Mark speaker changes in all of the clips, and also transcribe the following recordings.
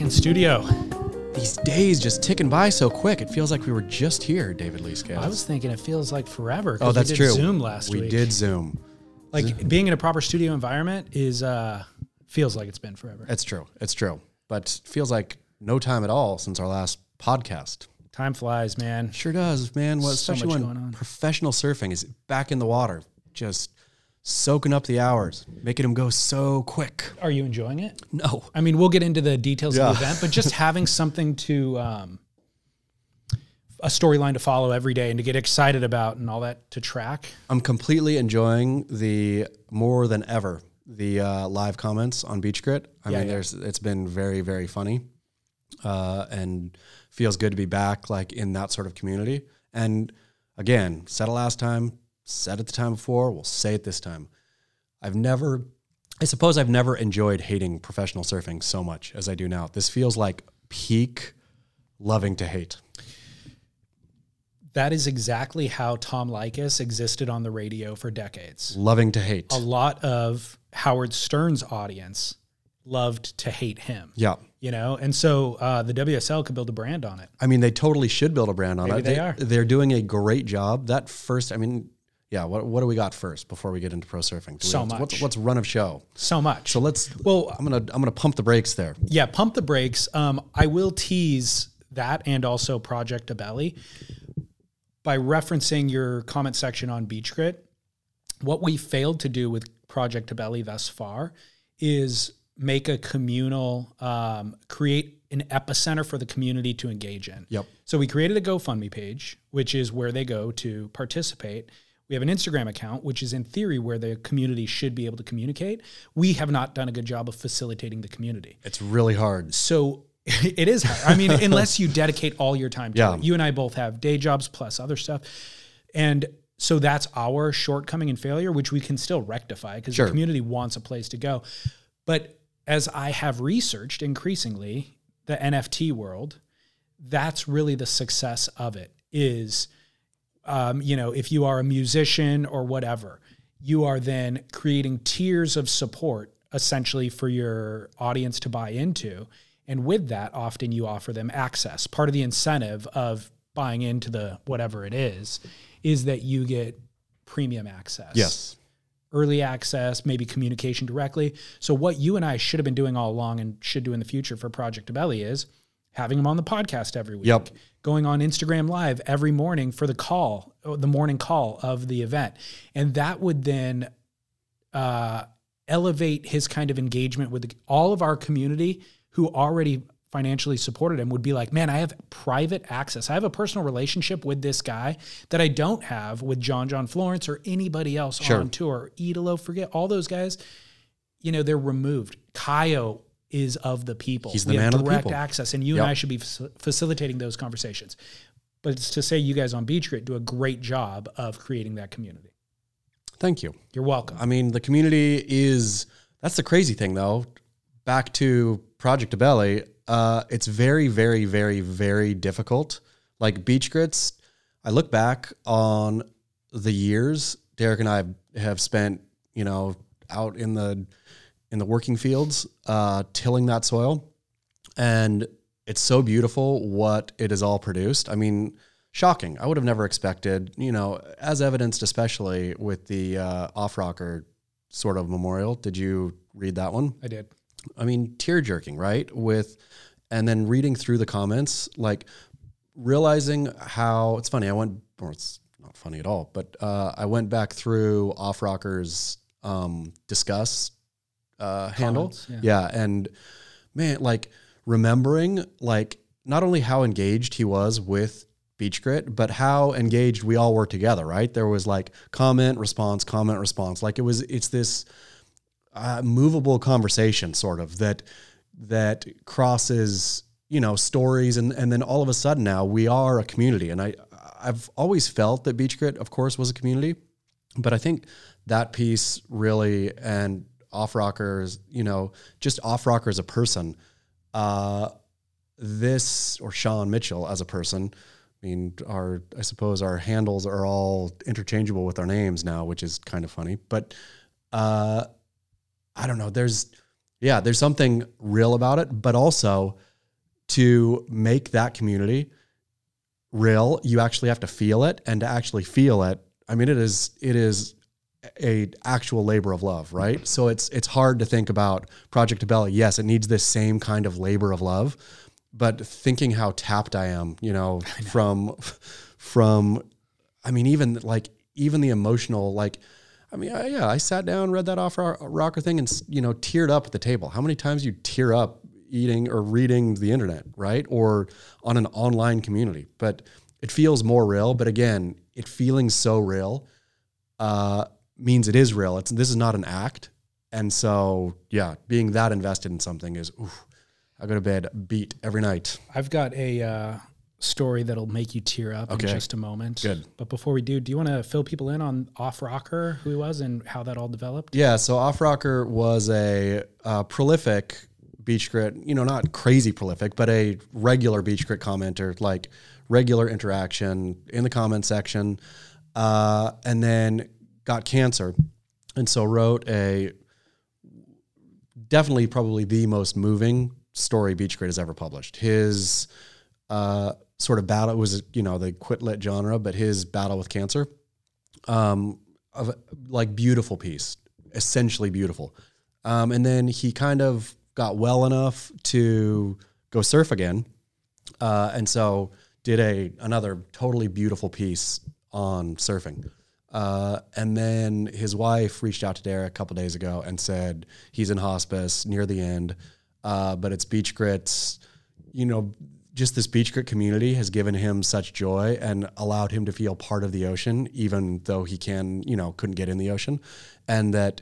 Speaker 1: in studio.
Speaker 2: These days just ticking by so quick. It feels like we were just here, David Lee Scales.
Speaker 1: I was thinking it feels like forever. 'cause
Speaker 2: oh, that's
Speaker 1: we did
Speaker 2: true.
Speaker 1: Zoom last
Speaker 2: we
Speaker 1: week.
Speaker 2: did Zoom.
Speaker 1: Like being in a proper studio environment is uh feels like it's been forever.
Speaker 2: It's true. It's true. But it feels like no time at all since our last podcast.
Speaker 1: Time flies, man.
Speaker 2: Sure does, man. Well,
Speaker 1: So
Speaker 2: especially
Speaker 1: much
Speaker 2: when
Speaker 1: going on.
Speaker 2: professional surfing is back in the water, just soaking up the hours, making them go so quick.
Speaker 1: Are you enjoying it?
Speaker 2: No.
Speaker 1: I mean, we'll get into the details
Speaker 2: Yeah.
Speaker 1: of the event, but just having something to um a storyline to follow every day and to get excited about and all that to track.
Speaker 2: I'm completely enjoying the more than ever the uh, live comments on Beach Grit. I mean,
Speaker 1: yeah.
Speaker 2: there's it's been very very funny, uh, and feels good to be back like in that sort of community. And again, said it last time, said it the time before, we'll say it this time. I've never, I suppose, I've never enjoyed hating professional surfing so much as I do now. This feels like peak loving to hate.
Speaker 1: That is exactly how Tom Likas existed on the radio for decades.
Speaker 2: Loving to hate.
Speaker 1: A lot of Howard Stern's audience loved to hate him.
Speaker 2: yeah.
Speaker 1: you know and so uh, the wsl could build a brand on it
Speaker 2: I mean, they totally should build a brand on it.
Speaker 1: they are.
Speaker 2: They're doing a great job. That first, I mean, yeah. What, what do we got first before we get into pro surfing? Do we
Speaker 1: So
Speaker 2: have to- What's,
Speaker 1: much.
Speaker 2: what's run of show?
Speaker 1: so much
Speaker 2: So let's.
Speaker 1: well
Speaker 2: I'm gonna I'm gonna pump the brakes there.
Speaker 1: yeah pump the brakes um, i will tease that and also project abelli by referencing your comment section on beach grit what we failed to do with project abelli thus far is make a communal um, create an epicenter for the community to engage in
Speaker 2: Yep.
Speaker 1: So we created a GoFundMe page, which is where they go to participate. We have an Instagram account, which is in theory where the community should be able to communicate. We have not done a good job of facilitating the community.
Speaker 2: It's really hard.
Speaker 1: So it is hard. I mean, unless you dedicate all your time to
Speaker 2: Yeah.
Speaker 1: it. You and I both have day jobs plus other stuff. And so that's our shortcoming and failure, which we can still rectify because
Speaker 2: Sure.
Speaker 1: the community wants a place to go. But as I have researched increasingly the NFT world, that's really the success of it is um, you know if you are a musician or whatever you are then creating tiers of support essentially for your audience to buy into and with that often you offer them access part of the incentive of buying into the whatever it is is that you get premium access
Speaker 2: Yes.
Speaker 1: early access, maybe communication directly. So what you and I should have been doing all along and should do in the future for Project Abelli is having them on the podcast every week.
Speaker 2: Yep.
Speaker 1: Going on Instagram live every morning for the call, or the morning call of the event. And that would then uh, elevate his kind of engagement with the, all of our community who already financially supported him would be like, man, I have private access. I have a personal relationship with this guy that I don't have with John John Florence or anybody else
Speaker 2: Sure.
Speaker 1: on tour. Idolo, forget all those guys. You know, they're removed. Kaio is of the people.
Speaker 2: He's
Speaker 1: We
Speaker 2: the
Speaker 1: have
Speaker 2: man of the
Speaker 1: direct
Speaker 2: people.
Speaker 1: access, and you
Speaker 2: Yep.
Speaker 1: and I should be faci- facilitating those conversations. But it's to say you guys on Beach Grit do a great job of creating that community.
Speaker 2: Thank you.
Speaker 1: You're welcome.
Speaker 2: I mean, the community is that's the crazy thing though. Back to Project Abelli, uh, it's very, very, very, very difficult. Like beach grits, I look back on the years Derek and I have spent, you know, out in the in the working fields, uh, tilling that soil and it's so beautiful what it has all produced. I mean, shocking. I would have never expected, you know, as evidenced especially with the uh, off rocker sort of memorial. Did you read that one?
Speaker 1: I did.
Speaker 2: I mean, tear jerking, right? With and then reading through the comments, like realizing how it's funny. I went, or it's not funny at all, but uh, I went back through Off Rockers um, discuss uh, handle,
Speaker 1: Comments,
Speaker 2: yeah.
Speaker 1: yeah.
Speaker 2: and man, like remembering like not only how engaged he was with Beach Grit, but how engaged we all were together. Right? There was like comment response, comment response. Like it was, it's this uh, movable conversation sort of that that crosses you know stories and and then all of a sudden now we are a community and i i've always felt that beach grit of course was a community but i think that piece really and off rockers you know just off rocker as a person uh this or sean mitchell as a person i mean our i suppose our handles are all interchangeable with our names now which is kind of funny but uh I don't know. There's, yeah, there's something real about it, but also to make that community real, you actually have to feel it, and to actually feel it, I mean, it is it is a actual labor of love, right? So it's it's hard to think about Project Abella. Yes, it needs this same kind of labor of love, but thinking how tapped I am, you know, from from I mean, even like even the emotional like. I mean, I, yeah, I sat down, read that off ro- rocker thing, and s- you know, teared up at the table. How many times you tear up eating or reading the internet, right, or on an online community? But it feels more real. But again, it feeling so real uh, means it is real. It's this is not an act, and so yeah, being that invested in something is. Oof, I go to bed beat every night.
Speaker 1: I've got a uh, story that'll make you tear up
Speaker 2: Okay.
Speaker 1: in just a moment.
Speaker 2: Good.
Speaker 1: But before we do, do you want to fill people in on Off Rocker, who he was, and how that all developed?
Speaker 2: Yeah, so Off Rocker was a uh, prolific beach grit, you know, not crazy prolific, but a regular beach grit commenter, like regular interaction in the comment section, uh, and then got cancer. And so wrote a definitely probably the most moving story Beach Grit has ever published. His uh, sort of battle was, you know, the quitlet genre, but his battle with cancer of like beautiful piece, essentially beautiful. Um, and then he kind of got well enough to go surf again, uh, and so did a another totally beautiful piece on surfing. Uh, and then his wife reached out to Derek a couple days ago and said he's in hospice near the end, uh, but it's beach grits you know, just this beach grit community has given him such joy and allowed him to feel part of the ocean, even though he can, you know, couldn't get in the ocean. And that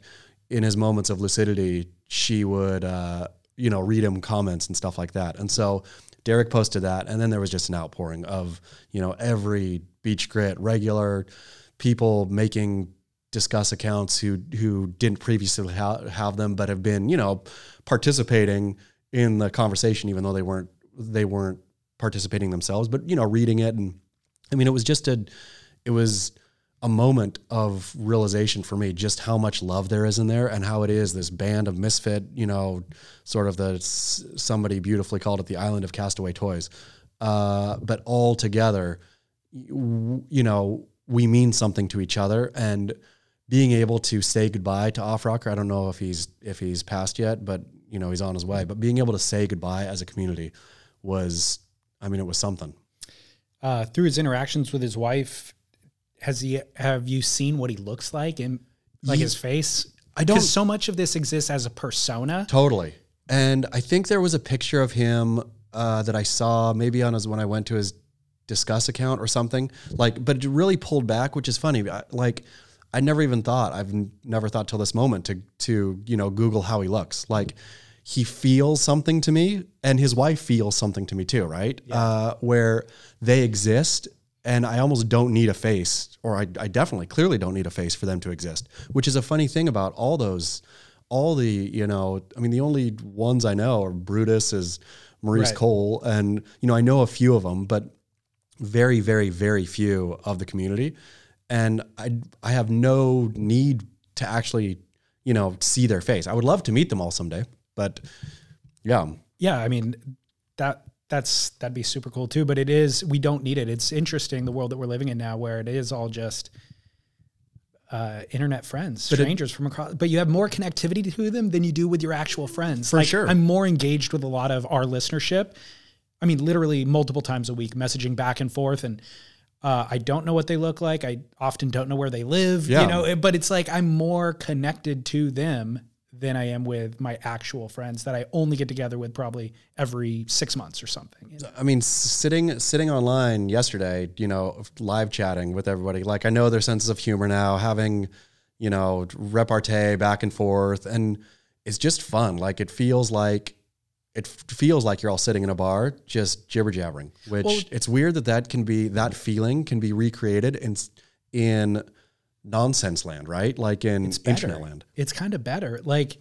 Speaker 2: in his moments of lucidity, she would, uh, you know, read him comments and stuff like that. And so Derek posted that. And then there was just an outpouring of, you know, every beach grit, regular people making discuss accounts who who didn't previously ha- have them but have been you know participating in the conversation even though they weren't they weren't participating themselves but you know reading it and i mean it was just a it was a moment of realization for me just how much love there is in there and how it is this band of misfit you know sort of the s- somebody beautifully called it the island of castaway toys uh, but all together w- you know, we mean something to each other and being able to say goodbye to Off Rocker. I don't know if he's if he's passed yet, but you know, he's on his way. But being able to say goodbye as a community was I mean, it was something.
Speaker 1: Uh, through his interactions with his wife, has he? Have you seen what he looks like and like
Speaker 2: Ye-
Speaker 1: his face?
Speaker 2: I don't-
Speaker 1: so much of this exists as a persona.
Speaker 2: Totally. And I think there was a picture of him uh, that I saw maybe on his when I went to his discuss account or something. Like, but it really pulled back, which is funny. I- Like, I never even thought. I've n- never thought till this moment to to you know Google how he looks. Like, he feels something to me, and his wife feels something to me too. Right? Uh, where they exist. And I almost don't need a face, or I, I definitely clearly don't need a face for them to exist, which is a funny thing about all those all the you know i mean the only ones i know are brutus is maurice
Speaker 1: Right.
Speaker 2: cole and you know i know a few of them but very very very few of the community and i i have no need to actually you know see their face i would love to meet them all someday but yeah
Speaker 1: yeah, I mean that that's that'd be super cool too. But it is we don't need it. It's interesting the world that we're living in now, where it is all just uh, internet friends, strangers from across. But you have more connectivity to them than you do with your actual friends. For
Speaker 2: sure.
Speaker 1: I'm more engaged with a lot of our listenership. I mean, literally multiple times a week, messaging back and forth, and uh, I don't know what they look like. I often don't know where they live.
Speaker 2: Yeah.
Speaker 1: You know, it- but it's like I'm more connected to them than I am with my actual friends that I only get together with probably every six months or something.
Speaker 2: I mean, s- sitting sitting online yesterday, you know, live chatting with everybody. Like, I know their senses of humor now, having, you know, repartee back and forth, and it's just fun. Like, it feels like it f- feels like you're all sitting in a bar just jibber jabbering. Which
Speaker 1: Well-
Speaker 2: it's weird that that can be that feeling can be recreated in s- in nonsense land, right? Like in internet
Speaker 1: better.
Speaker 2: land.
Speaker 1: It's kind of better. Like,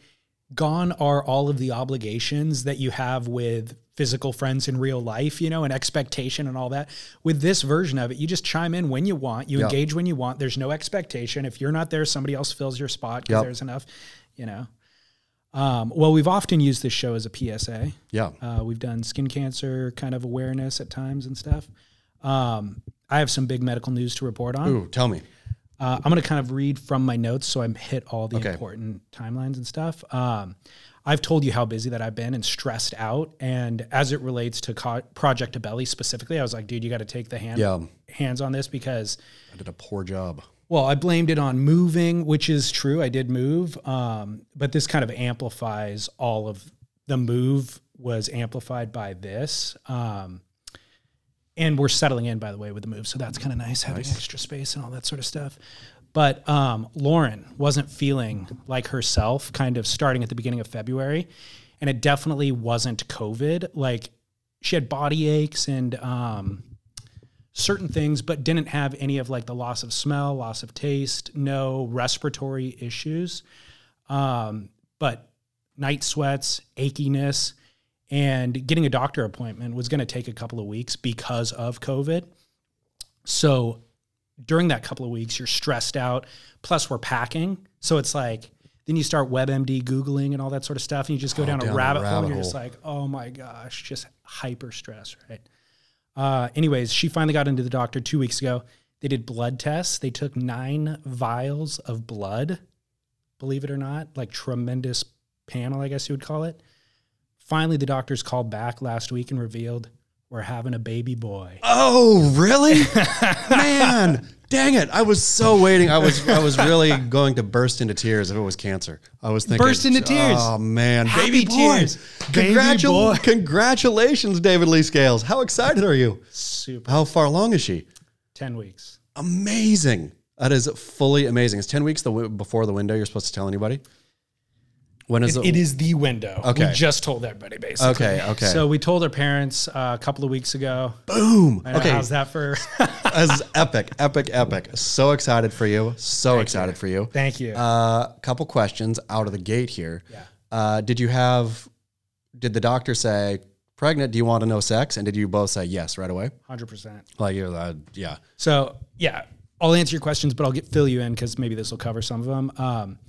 Speaker 1: gone are all of the obligations that you have with physical friends in real life, you know, and expectation and all that. With this version of it, you just chime in when you want, you
Speaker 2: Yeah.
Speaker 1: engage when you want. There's no expectation. If you're not there, somebody else fills your spot because
Speaker 2: Yep.
Speaker 1: there's enough, you know. Um, well, we've often used this show as a PSA.
Speaker 2: Yeah.
Speaker 1: Uh, we've done skin cancer kind of awareness at times and stuff. Um, I have some big medical news to report on.
Speaker 2: Ooh, tell me.
Speaker 1: Uh, I'm going to kind of read from my notes so I'm hit all the
Speaker 2: Okay.
Speaker 1: important timelines and stuff. Um, I've told you how busy that I've been and stressed out. And as it relates to co- Project Abelli specifically, I was like, dude, you got to take the hand
Speaker 2: Yeah.
Speaker 1: hands on this because
Speaker 2: I did a poor job.
Speaker 1: well, I blamed it on moving, which is true. I did move, um, but this kind of amplifies all of the move was amplified by this. Um, and we're settling in, by the way, with the move, so that's kind of nice having extra space and all that sort of stuff. But um, Lauren wasn't feeling like herself, kind of starting at the beginning of February, and it definitely wasn't COVID. Like she had body aches and. Um, certain things but didn't have any of like the loss of smell loss of taste no respiratory issues um, but night sweats achiness and getting a doctor appointment was going to take a couple of weeks because of covid so during that couple of weeks you're stressed out plus we're packing so it's like then you start webmd googling and all that sort of stuff and you just go down,
Speaker 2: Oh, down
Speaker 1: a
Speaker 2: the
Speaker 1: rabbit, hole
Speaker 2: rabbit
Speaker 1: and you're just
Speaker 2: hole.
Speaker 1: like oh my gosh just hyper stress right uh, anyways, she finally got into the doctor two weeks ago. They did blood tests. They took nine vials of blood, believe it or not, like tremendous panel, I guess you would call it. Finally, the doctors called back last week and revealed we're having a baby boy.
Speaker 2: Oh, really? Man, dang it. I was so waiting. I was I was really going to burst into tears if it was cancer. I was thinking
Speaker 1: Burst into tears.
Speaker 2: Oh man,
Speaker 1: Happy
Speaker 2: baby boy.
Speaker 1: tears. Baby boy.
Speaker 2: Congratul- Congratulations, David Lee Scales. How excited are you?
Speaker 1: Super.
Speaker 2: How far along is she?
Speaker 1: 10 weeks.
Speaker 2: Amazing. That is fully amazing. It's 10 weeks the wi- before the window you're supposed to tell anybody. When is it?
Speaker 1: It is the window.
Speaker 2: Okay.
Speaker 1: We just told everybody, basically.
Speaker 2: Okay, okay.
Speaker 1: So we told our parents uh, a couple of weeks ago.
Speaker 2: Boom.
Speaker 1: I know,
Speaker 2: Okay.
Speaker 1: How's that for?
Speaker 2: That's epic, epic, epic. So excited for you. So excited for you.
Speaker 1: Thank you.
Speaker 2: Uh, couple questions out of the gate here.
Speaker 1: Yeah.
Speaker 2: Uh, did you have? Did the doctor say pregnant? Do you want to know sex? And did you both say yes right away?
Speaker 1: 100%.
Speaker 2: Like you're
Speaker 1: uh,
Speaker 2: like, yeah.
Speaker 1: So yeah, I'll answer your questions, but I'll get fill you in because maybe this will cover some of them. Um,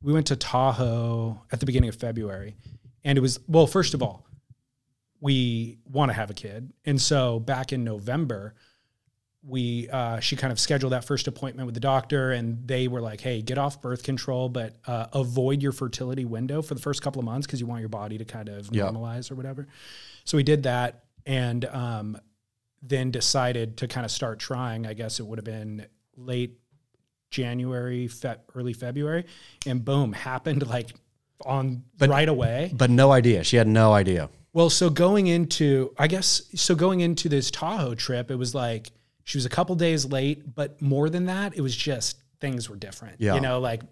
Speaker 1: we went to Tahoe at the beginning of February, and it was well. First of all, we want to have a kid, and so back in November, we uh, she kind of scheduled that first appointment with the doctor, and they were like, "Hey, get off birth control, but uh, avoid your fertility window for the first couple of months because you want your body to kind of
Speaker 2: Yeah.
Speaker 1: normalize or whatever." So we did that, and um, then decided to kind of start trying. I guess it would have been late January, fe- early February, and boom, happened like on right away.
Speaker 2: But no idea. She had no idea.
Speaker 1: Well, so going into, I guess, so going into this Tahoe trip, it was like she was a couple days late, but more than that, it was just things were different.
Speaker 2: Yeah.
Speaker 1: You know, like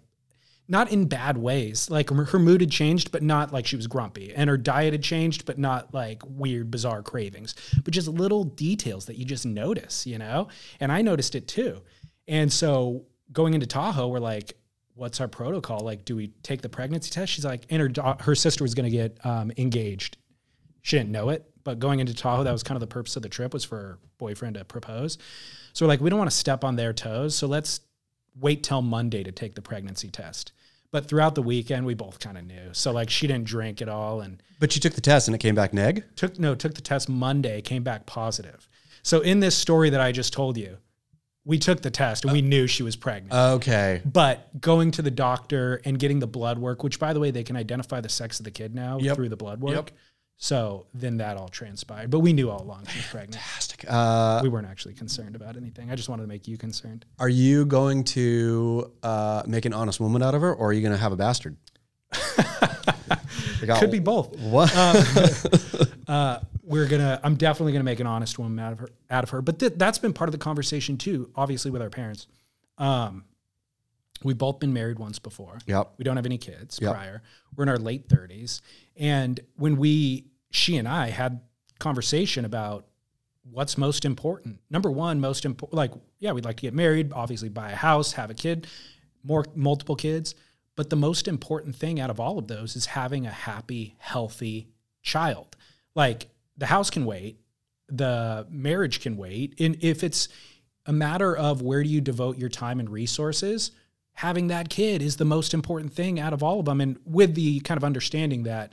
Speaker 1: not in bad ways. Like her her mood had changed, but not like she was grumpy, and her diet had changed, but not like weird, bizarre cravings, but just little details that you just notice, you know? And I noticed it too. And so going into Tahoe, we're like, what's our protocol? Like, do we take the pregnancy test? She's like, and her, da- her sister was going to get um, engaged she didn't know it, but going into Tahoe, that was kind of the purpose of the trip was for her boyfriend to propose. So we're like, we don't want to step on their toes, so let's wait till Monday to take the pregnancy test. But throughout the weekend, we both kind of knew. So like, she didn't drink at all, and
Speaker 2: But you took the test and it came back neg.
Speaker 1: took no took the test Monday, came back positive. So in this story that I just told you, we took the test and we knew she was pregnant.
Speaker 2: Okay.
Speaker 1: But going to the doctor and getting the blood work, which by the way, they can identify the sex of the kid now
Speaker 2: Yep.
Speaker 1: through the blood work.
Speaker 2: Yep.
Speaker 1: So then that all transpired. But we knew all along she was pregnant.
Speaker 2: Fantastic. Uh,
Speaker 1: We weren't actually concerned about anything. I just wanted to make you concerned.
Speaker 2: are you going to uh, make an honest woman out of her, or are you going to have a bastard? I got-
Speaker 1: Could be Um, both.
Speaker 2: What?
Speaker 1: We're gonna. I'm definitely gonna make an honest woman out of her. Out of her. But th- that's been part of the conversation too. Obviously with our parents. Um, we've both been married once before.
Speaker 2: yep.
Speaker 1: We don't have any kids
Speaker 2: Yep.
Speaker 1: prior. We're in our late 30s. And when we, she and I had conversation about what's most important. Number one, most important, like, yeah, we'd like to get married, obviously buy a house, have a kid, more, multiple kids. But the most important thing out of all of those is having a happy, healthy child. Like the house can wait, the marriage can wait. And if it's a matter of where do you devote your time and resources, having that kid is the most important thing out of all of them. And with the kind of understanding that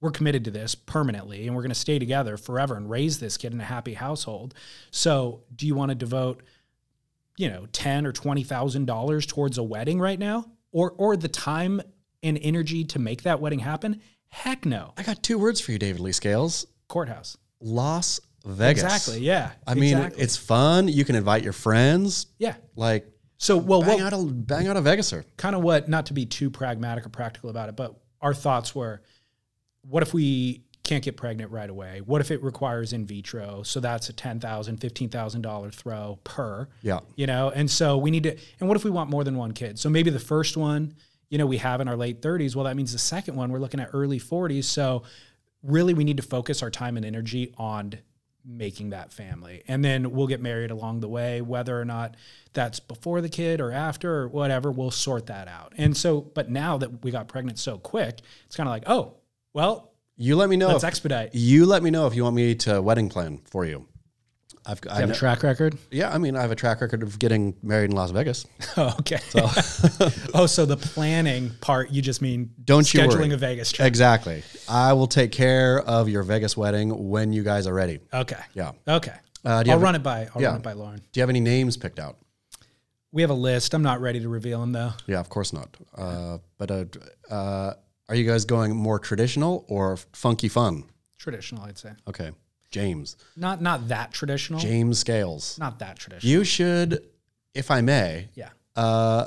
Speaker 1: we're committed to this permanently and we're going to stay together forever and raise this kid in a happy household. So, do you want to devote, you know, ten or twenty thousand dollars towards a wedding right now, or or the time and energy to make that wedding happen? Heck no.
Speaker 2: I got two words for you, David Lee Scales.
Speaker 1: Courthouse.
Speaker 2: Las Vegas.
Speaker 1: Exactly. Yeah.
Speaker 2: I mean,
Speaker 1: Exactly.
Speaker 2: it's fun. You can invite your friends.
Speaker 1: yeah.
Speaker 2: Like
Speaker 1: So, well,
Speaker 2: bang
Speaker 1: what
Speaker 2: out a bang out a Vegaser.
Speaker 1: kind of what not to be too pragmatic or practical about it, but our thoughts were what if we can't get pregnant right away? What if it requires in vitro? So that's a $10,000, $15,000 throw per,
Speaker 2: Yeah.
Speaker 1: you know? And so we need to, and what if we want more than one kid? So maybe the first one, you know, we have in our late 30s. Well, that means the second one, we're looking at early 40s. So really, we need to focus our time and energy on making that family. And then we'll get married along the way, whether or not that's before the kid or after or whatever, we'll sort that out. And so, but now that we got pregnant so quick, it's kind of like, oh, well,
Speaker 2: You let me know.
Speaker 1: let's
Speaker 2: If,
Speaker 1: expedite. You
Speaker 2: you let me know if you want me to wedding plan for you. I've I
Speaker 1: have
Speaker 2: know,
Speaker 1: a track record?
Speaker 2: yeah. I mean, I have a track record of getting married in Las Vegas.
Speaker 1: Oh, okay. oh, so the planning part, you just mean
Speaker 2: Don't you
Speaker 1: scheduling
Speaker 2: worry.
Speaker 1: a Vegas trip.
Speaker 2: exactly. I will take care of your Vegas wedding when you guys are ready.
Speaker 1: Okay.
Speaker 2: Yeah.
Speaker 1: Okay.
Speaker 2: Uh, do you
Speaker 1: I'll
Speaker 2: have-
Speaker 1: run it by, I'll
Speaker 2: Yeah.
Speaker 1: run it by Lauren.
Speaker 2: Do you have any names picked out?
Speaker 1: We have a list. I'm not ready to reveal them though.
Speaker 2: Yeah, of course not. Uh, but uh, uh, are you guys going more traditional or funky fun?
Speaker 1: Traditional, I'd say.
Speaker 2: Okay, James,
Speaker 1: Not, not that traditional.
Speaker 2: James Scales.
Speaker 1: Not that traditional.
Speaker 2: You should, if I may,
Speaker 1: yeah.
Speaker 2: uh,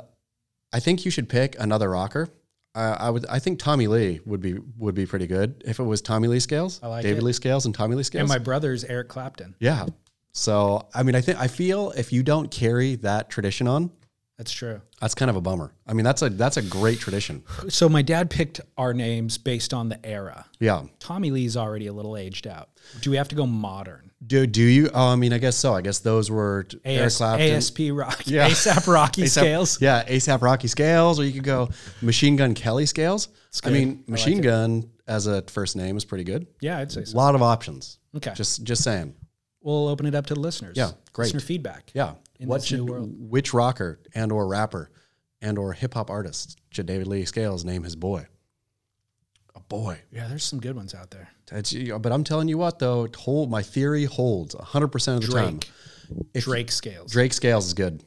Speaker 2: I think you should pick another rocker. Uh, I would. I think Tommy Lee would be would be pretty good if it was Tommy Lee Scales,
Speaker 1: I like
Speaker 2: David
Speaker 1: it.
Speaker 2: Lee Scales, and Tommy Lee Scales.
Speaker 1: And my brother's Eric Clapton.
Speaker 2: yeah. So I mean, I think I feel if you don't carry that tradition on,
Speaker 1: That's true.
Speaker 2: that's kind of a bummer. I mean, that's a that's a great tradition.
Speaker 1: So my dad picked our names based on the era.
Speaker 2: Yeah.
Speaker 1: Tommy Lee's already a little aged out. Do we have to go modern?
Speaker 2: Do do you? Oh, I mean, I guess so. I guess those were t- Eric
Speaker 1: AS,
Speaker 2: Clapton,
Speaker 1: ASP Rock,
Speaker 2: Yeah.
Speaker 1: ASAP Rocky
Speaker 2: A$AP
Speaker 1: scales.
Speaker 2: Yeah, ASAP Rocky scales, or you could go Machine Gun Kelly scales. I
Speaker 1: good.
Speaker 2: mean, Machine Gun as a first name is pretty good.
Speaker 1: Yeah, I'd say
Speaker 2: A
Speaker 1: so.
Speaker 2: lot of options.
Speaker 1: Okay.
Speaker 2: Just just saying.
Speaker 1: We'll open it up to the listeners.
Speaker 2: Yeah, great.
Speaker 1: Listener feedback.
Speaker 2: Yeah.
Speaker 1: In
Speaker 2: what
Speaker 1: this
Speaker 2: should
Speaker 1: new world.
Speaker 2: which rocker and or rapper and or hip hop artist should David Lee Scales name his boy? A boy.
Speaker 1: Yeah, there's some good ones out there.
Speaker 2: That's, but I'm telling you what though, it hold my theory holds 100% of the time.
Speaker 1: Drake.
Speaker 2: If-
Speaker 1: Drake scales.
Speaker 2: Drake Scales is good.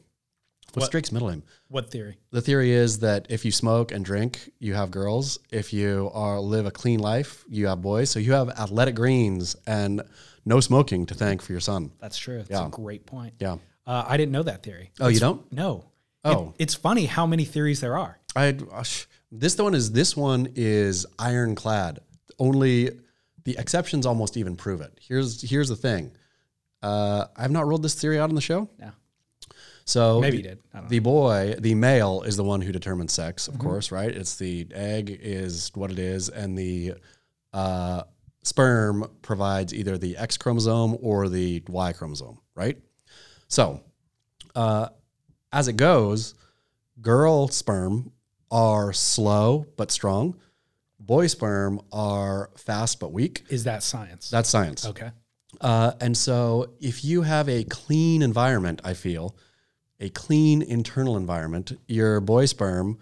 Speaker 2: What's
Speaker 1: What-
Speaker 2: Drake's middle name?
Speaker 1: What theory?
Speaker 2: the theory is that if you smoke and drink, you have girls. If you are live a clean life, you have boys. So you have athletic greens and no smoking to thank for your son.
Speaker 1: That's true. That's
Speaker 2: Yeah.
Speaker 1: a great point.
Speaker 2: Yeah.
Speaker 1: Uh, I didn't know that theory.
Speaker 2: Oh, you don't?
Speaker 1: No.
Speaker 2: Oh.
Speaker 1: It- it's funny how many theories there are.
Speaker 2: I gosh. this one is this one is ironclad. Only the exceptions almost even prove it. Here's here's the thing. Uh, I've not rolled this theory out on the show.
Speaker 1: No.
Speaker 2: So
Speaker 1: Maybe you did. I don't know.
Speaker 2: Oh, the boy, the male, is the one who determines sex, of course, right? It's the egg is what it is, and the uh, sperm provides either the X chromosome or the Y chromosome, right? So, uh, as it goes, girl sperm are slow but strong. Boy sperm are fast but weak.
Speaker 1: Is that science?
Speaker 2: That's science.
Speaker 1: okay.
Speaker 2: Uh, and so, if you have a clean environment, I feel a clean internal environment, your boy sperm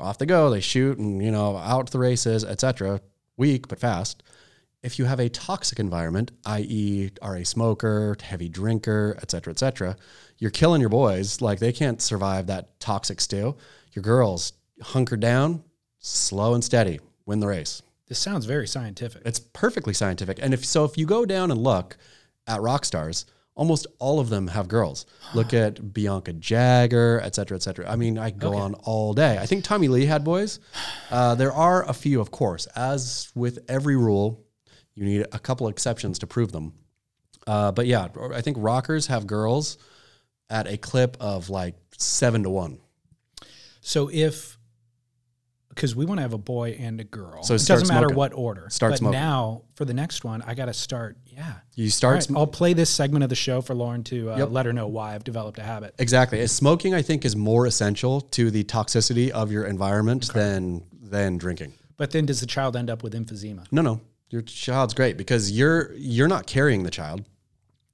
Speaker 2: off they go, they shoot and you know out the races, etc. Weak but fast. If you have a toxic environment, i.e., are a smoker, heavy drinker, etc., etc., you're killing your boys. Like they can't survive that toxic stew. Your girls hunker down, slow and steady, win the race.
Speaker 1: This sounds very scientific.
Speaker 2: It's perfectly scientific. And if so, if you go down and look at rock stars, almost all of them have girls. Look at Bianca Jagger, et cetera, et cetera. I mean, I could go on all day. I think Tommy Lee had boys. Uh, there are a few, of course. As with every rule, you need a couple exceptions to prove them. Uh, but yeah, I think rockers have girls at a clip of like seven to one.
Speaker 1: So if because we want to have a boy and a girl,
Speaker 2: So
Speaker 1: it
Speaker 2: start
Speaker 1: doesn't matter
Speaker 2: smoking.
Speaker 1: what order.
Speaker 2: Start
Speaker 1: but
Speaker 2: smoking.
Speaker 1: now for the next one, I got to start. Yeah,
Speaker 2: You
Speaker 1: All
Speaker 2: start
Speaker 1: right,
Speaker 2: sm-
Speaker 1: I'll play this segment of the show for Lauren to uh,
Speaker 2: Yep.
Speaker 1: let her know why I've developed a habit.
Speaker 2: Exactly. Uh, Smoking, I think, is more essential to the toxicity of your environment than than drinking.
Speaker 1: But then, does the child end up with emphysema?
Speaker 2: No, no, your child's great because you're you're not carrying the child.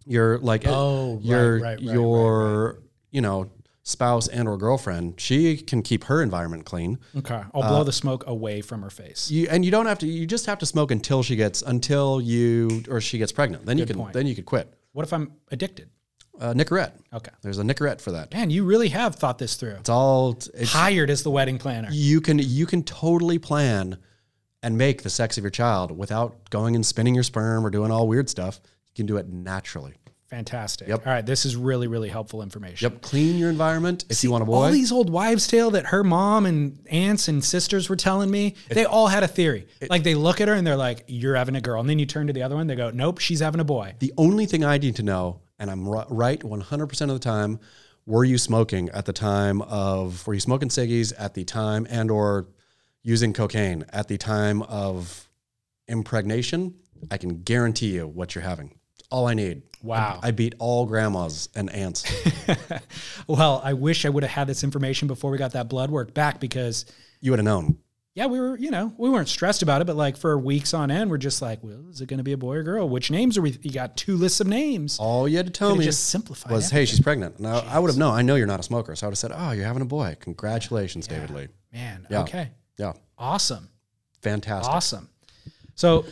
Speaker 2: You're like
Speaker 1: Oh, right,
Speaker 2: you're
Speaker 1: right, right,
Speaker 2: you're you know spouse and or girlfriend, she can keep her environment clean.
Speaker 1: Okay. I'll blow the smoke away from her face.
Speaker 2: Uh, You and you don't have to. You just have to smoke until she gets until you or she gets pregnant. Then you can
Speaker 1: point.
Speaker 2: then you could quit.
Speaker 1: What if I'm addicted?
Speaker 2: Uh, Nicorette.
Speaker 1: Okay.
Speaker 2: There's a Nicorette for that.
Speaker 1: Man, you really have thought this through.
Speaker 2: It's all. It's,
Speaker 1: Hired as the wedding planner.
Speaker 2: you can you can totally plan and make the sex of your child without going and spinning your sperm or doing all weird stuff. You can do it naturally.
Speaker 1: Fantastic. All right. This is really, really helpful information.
Speaker 2: Yep. Clean your environment if you want a
Speaker 1: All
Speaker 2: boy.
Speaker 1: these old wives' tale that her mom and aunts and sisters were telling me, they all had a theory. like they look at her and they're like, "You're having a girl," and then you turn to the other one, they go, "Nope, she's having a boy."
Speaker 2: the only thing I need to know, and I'm ri- right 100% of the time, were you smoking at the time of, were you smoking ciggies at the time and or using cocaine at the time of impregnation? I can guarantee you what you're having. All I need.
Speaker 1: Wow.
Speaker 2: I beat all grandmas and aunts.
Speaker 1: well, I wish I would have had this information before we got that blood work back because,
Speaker 2: you would have known.
Speaker 1: yeah, we were, you know, we weren't stressed about it, but like for weeks on end, we're just like, "Well, is it going to be a boy or girl? Which names are we?" You got two lists of names.
Speaker 2: All you had to tell
Speaker 1: It
Speaker 2: me
Speaker 1: just simplified.
Speaker 2: was,
Speaker 1: everything.
Speaker 2: hey, she's pregnant. Now, I would have known. I know you're not a smoker. So I would have said, oh, you're having a boy. Congratulations, David Lee.
Speaker 1: man,
Speaker 2: Yeah.
Speaker 1: okay,
Speaker 2: Yeah.
Speaker 1: awesome.
Speaker 2: Fantastic.
Speaker 1: Awesome. So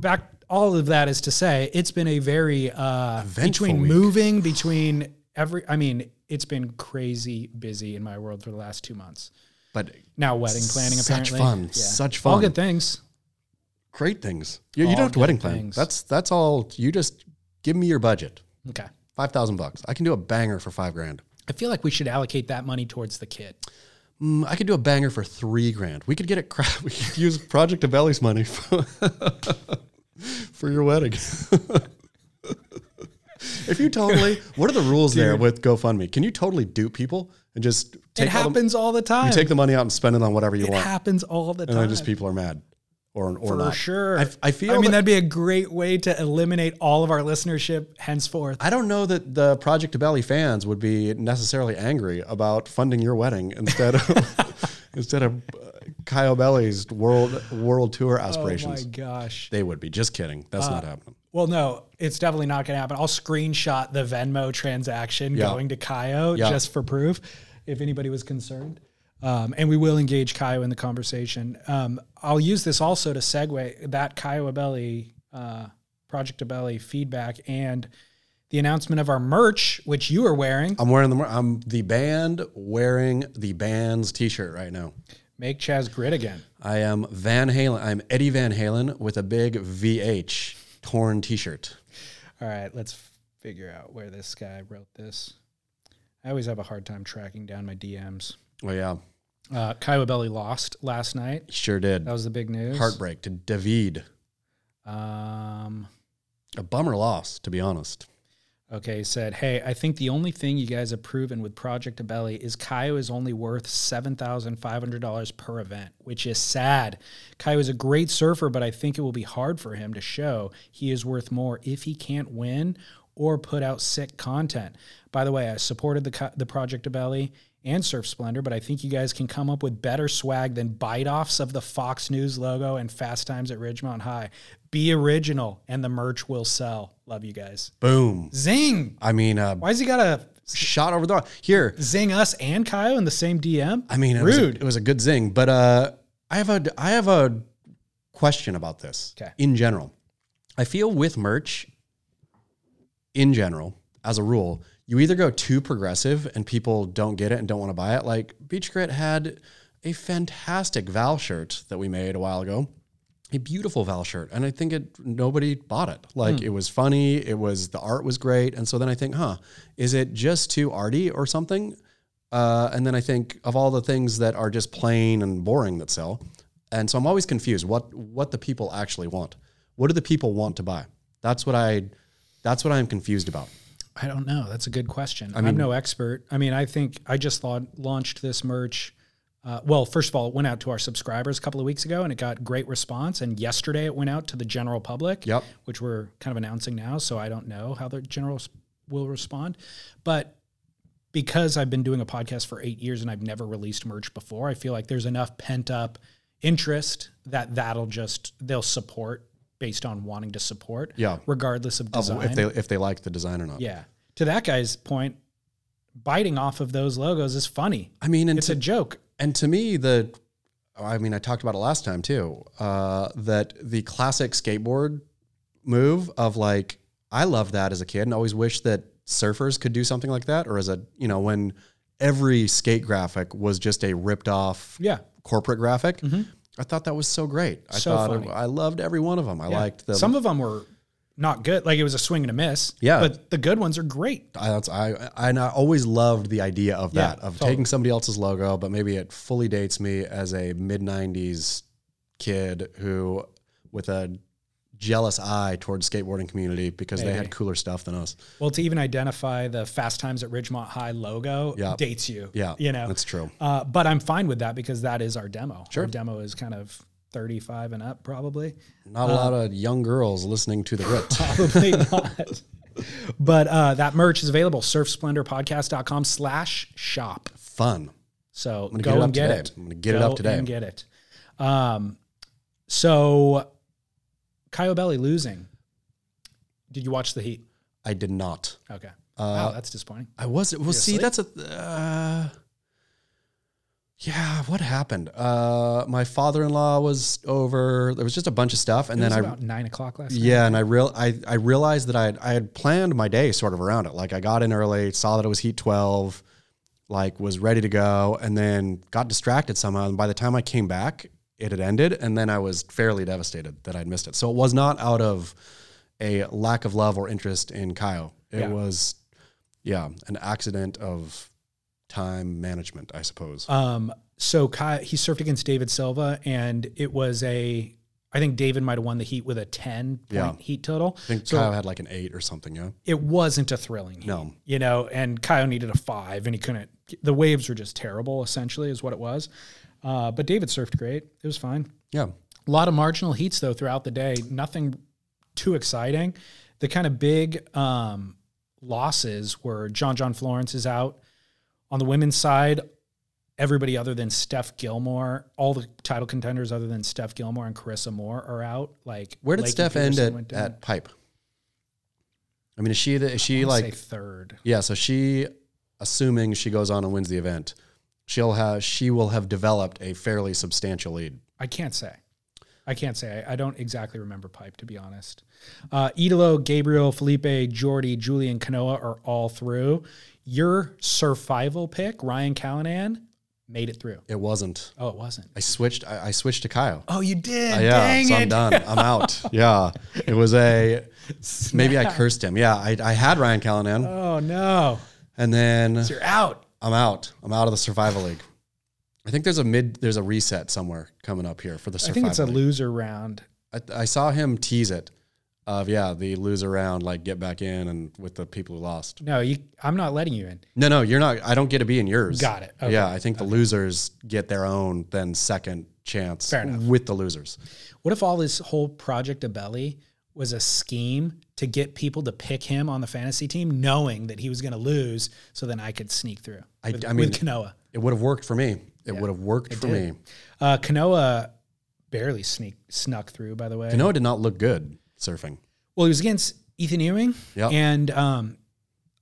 Speaker 1: back all of that is to say it's been a very uh between
Speaker 2: week.
Speaker 1: moving between every I mean it's been crazy busy in my world for the last 2 months.
Speaker 2: But
Speaker 1: Now wedding planning
Speaker 2: Such
Speaker 1: apparently.
Speaker 2: fun, such
Speaker 1: All
Speaker 2: fun.
Speaker 1: good things.
Speaker 2: great things. You, you don't have to wedding plan.
Speaker 1: things.
Speaker 2: That's that's all. You just give me your budget,
Speaker 1: Okay.
Speaker 2: five thousand bucks. I can do a banger for five grand.
Speaker 1: I feel like we should allocate that money towards the kid.
Speaker 2: Mm, I could do a banger for three grand. We could get it. Cra- we could use Project Abelli's money for, for your wedding. if you totally, what are the rules there with GoFundMe? Can you totally dupe people and just
Speaker 1: It
Speaker 2: take all the,
Speaker 1: happens all the time.
Speaker 2: you take the money out and spend it on whatever you
Speaker 1: it
Speaker 2: want,
Speaker 1: happens all the
Speaker 2: and
Speaker 1: time.
Speaker 2: then just people are mad or or
Speaker 1: for
Speaker 2: not.
Speaker 1: sure.
Speaker 2: I, I feel.
Speaker 1: I mean
Speaker 2: that-
Speaker 1: that'd be a great way to eliminate all of our listenership henceforth.
Speaker 2: I don't know that the Project Belly fans would be necessarily angry about funding your wedding instead of instead of uh, Kyle Belly's world world tour
Speaker 1: Oh my Uh,
Speaker 2: aspirations.
Speaker 1: gosh.
Speaker 2: they would be. Just kidding. That's not happening.
Speaker 1: Well, no, it's definitely not going to happen. I'll screenshot the Venmo transaction
Speaker 2: Yeah.
Speaker 1: going to Kaio
Speaker 2: Yeah.
Speaker 1: just for proof, if anybody was concerned. Um, and we will engage Kaio in the conversation. Um, I'll use this also to segue that Kaio Abelli, uh, Project Abelli feedback and the announcement of our merch, which you are wearing.
Speaker 2: I'm wearing the I'm the band wearing the band's T-shirt right now.
Speaker 1: Make Chaz grit again.
Speaker 2: I am Van Halen. I'm Eddie Van Halen with a big VH torn T-shirt.
Speaker 1: All right, let's figure out where this guy wrote this. I always have a hard time tracking down my DMs.
Speaker 2: Oh yeah,
Speaker 1: Uh, Kaio Abelli lost last night.
Speaker 2: sure did.
Speaker 1: That was the big news.
Speaker 2: Heartbreak to David.
Speaker 1: Um,
Speaker 2: A bummer loss, to be honest.
Speaker 1: okay, he said, Hey, I think the only thing you guys have proven with Project Abelli is Kaio is only worth $7,500 per event, which is sad. Kaio is a great surfer, but I think it will be hard for him to show he is worth more if he can't win or put out sick content. By the way, I supported the, co- the Project Abelli and Surf Splendor, but I think you guys can come up with better swag than bite offs of the Fox News logo and Fast Times at Ridgemont High. Be original, and the merch will sell. Love you guys.
Speaker 2: Boom.
Speaker 1: Zing!
Speaker 2: I mean, uh,
Speaker 1: Why's he gotta
Speaker 2: shot over the arm. Here,
Speaker 1: zing us and Kyle in the same DM?
Speaker 2: I mean, it Was
Speaker 1: rude.
Speaker 2: a, it was a good zing, but uh, I have a I have a question about this.
Speaker 1: Okay.
Speaker 2: In general, I feel with merch, in general, as a rule, you either go too progressive and people don't get it and don't want to buy it. Like Beach Grit had a fantastic Val shirt that we made a while ago. A beautiful Val shirt, and I think it nobody bought it. Like
Speaker 1: Hmm.
Speaker 2: it was funny, it was the art was great, and so then I think, huh, is it just too arty or something? Uh, and then I think of all the things that are just plain and boring that sell. And so I'm always confused what what the people actually want. What do the people want to buy? That's what I that's what I'm confused about.
Speaker 1: I don't know. That's a good question. I'm no expert. I mean, I think I just lau- launched this merch. Uh, well, first of all, it went out to our subscribers a couple of weeks ago, and it got great response. And yesterday, it went out to the general public,
Speaker 2: Yep.
Speaker 1: which we're kind of announcing now. So I don't know how the generals will respond, but because I've been doing a podcast for eight years and I've never released merch before, I feel like there's enough pent up interest that that'll just they'll support based on wanting to support,
Speaker 2: Yeah. Oh,
Speaker 1: regardless of design.
Speaker 2: If they if they like the design or not.
Speaker 1: Yeah. To that guy's point, biting off of those logos is funny.
Speaker 2: I mean, and
Speaker 1: It's a
Speaker 2: to,
Speaker 1: joke.
Speaker 2: and to me, the, I mean, I talked about it last time too, uh, that the classic skateboard move of like, I loved that as a kid and always wished that surfers could do something like that. Or as a, you know, when every skate graphic was just a ripped off
Speaker 1: Yeah. Mm-hmm.
Speaker 2: corporate graphic. I thought that was so great. I
Speaker 1: So
Speaker 2: thought
Speaker 1: funny.
Speaker 2: I loved every one of them. I
Speaker 1: Yeah.
Speaker 2: liked the
Speaker 1: Some of them were not good. Like it was a swing and a miss.
Speaker 2: Yeah.
Speaker 1: But the good ones are great.
Speaker 2: I, that's, I, I, and I always loved the idea of
Speaker 1: Yeah,
Speaker 2: that, of
Speaker 1: totally.
Speaker 2: taking somebody else's logo, but maybe it fully dates me as a mid 90s kid who, with a jealous eye towards skateboarding community because they
Speaker 1: Maybe.
Speaker 2: had cooler stuff than us.
Speaker 1: Well, to even identify the Fast Times at Ridgemont High logo
Speaker 2: Yeah.
Speaker 1: dates you.
Speaker 2: Yeah.
Speaker 1: You know,
Speaker 2: That's true.
Speaker 1: Uh, but I'm fine with that because that is our demo.
Speaker 2: Sure.
Speaker 1: Our demo is kind of 35 and up, probably.
Speaker 2: Not
Speaker 1: uh,
Speaker 2: a lot of young girls listening to the
Speaker 1: Probably
Speaker 2: grit.
Speaker 1: not. But uh, that merch is available, surfsplendorpodcast.com slash shop.
Speaker 2: Fun.
Speaker 1: So
Speaker 2: I'm
Speaker 1: go
Speaker 2: gonna
Speaker 1: and
Speaker 2: get
Speaker 1: get
Speaker 2: it up
Speaker 1: it.
Speaker 2: today. I'm
Speaker 1: Go
Speaker 2: going to get it up today.
Speaker 1: And get it. Um, so Kyle Belly losing. Did you watch the Heat?
Speaker 2: I did not.
Speaker 1: Okay.
Speaker 2: Uh,
Speaker 1: wow, that's disappointing.
Speaker 2: I was. Well, see,
Speaker 1: asleep?
Speaker 2: that's a. Uh, yeah, what happened? Uh, my father-in-law was over. There was just a bunch of stuff, and
Speaker 1: It
Speaker 2: then
Speaker 1: was
Speaker 2: I.
Speaker 1: about nine o'clock last night.
Speaker 2: yeah, and I real I, I realized that I had, I had planned my day sort of around it. Like I got in early, saw that it was heat twelve, like was ready to go, and then got distracted somehow. And by the time I came back, it had ended, and then I was fairly devastated that I'd missed it. So it was not out of a lack of love or interest in Kyle. It
Speaker 1: Yeah.
Speaker 2: was, yeah, an accident of time management, I suppose.
Speaker 1: Um, so Kai, he surfed against David Silva, and it was a. I think David might have won the heat with a ten point
Speaker 2: Yeah.
Speaker 1: heat total.
Speaker 2: I think
Speaker 1: so-
Speaker 2: Kyle had like an eight or something. Yeah,
Speaker 1: It wasn't a thrilling heat,
Speaker 2: No.
Speaker 1: you know. And Kyle needed a five, and he couldn't. The waves were just terrible. Essentially, is what it was. Uh, but David surfed great. It was fine.
Speaker 2: yeah.
Speaker 1: A lot of marginal heats though throughout the day. Nothing too exciting. The kind of big um, losses were John John Florence is out on the women's side. Everybody other than Steph Gilmore, all the title contenders other than Steph Gilmore and Carissa Moore are out. Like
Speaker 2: Where did
Speaker 1: Lakey
Speaker 2: Steph
Speaker 1: Peterson went
Speaker 2: end at,
Speaker 1: down.
Speaker 2: at pipe? I mean, is she the, is she
Speaker 1: I'd
Speaker 2: like
Speaker 1: say third.
Speaker 2: yeah? So she, assuming she goes on and wins the event, she'll have she will have developed a fairly substantial lead.
Speaker 1: I can't say. I can't say. I, I don't exactly remember Pipe, to be honest. Uh, Idolo, Gabriel, Felipe, Jordy, Julian, Canoa are all through. Your survival pick, Ryan Callanan, made it through.
Speaker 2: It wasn't.
Speaker 1: Oh, it wasn't.
Speaker 2: I switched. I, I switched to Kyle.
Speaker 1: Oh, you did.
Speaker 2: Uh, yeah,
Speaker 1: Dang
Speaker 2: so
Speaker 1: it.
Speaker 2: I'm done. I'm out. Yeah, it was a maybe I cursed him. Yeah, I, I had Ryan Callanan,
Speaker 1: Oh, no.
Speaker 2: and then
Speaker 1: You're out.
Speaker 2: I'm out. I'm out of the Survival League. I think there's a mid there's a reset somewhere coming up here for the
Speaker 1: I
Speaker 2: Survival
Speaker 1: think it's a
Speaker 2: League.
Speaker 1: loser round.
Speaker 2: I, I saw him tease it of yeah the lose around like get back in and with the people who lost
Speaker 1: No, you, I'm not letting you in.
Speaker 2: no no you're not i don't get to be in yours
Speaker 1: Got it. Okay.
Speaker 2: yeah i think the losers get their own then second chance
Speaker 1: Fair enough.
Speaker 2: with the losers
Speaker 1: What if all this whole project of Belly was a scheme to get people to pick him on the fantasy team, knowing that he was going to lose, so then I could sneak through
Speaker 2: I-
Speaker 1: with,
Speaker 2: I mean-
Speaker 1: with Kanoa.
Speaker 2: it would have worked for me it would have worked for
Speaker 1: did.
Speaker 2: me
Speaker 1: Uh, Kanoa barely sneak snuck through. By the way,
Speaker 2: i know it did not look good surfing
Speaker 1: well, he was against Ethan Ewing,
Speaker 2: Yep.
Speaker 1: and um,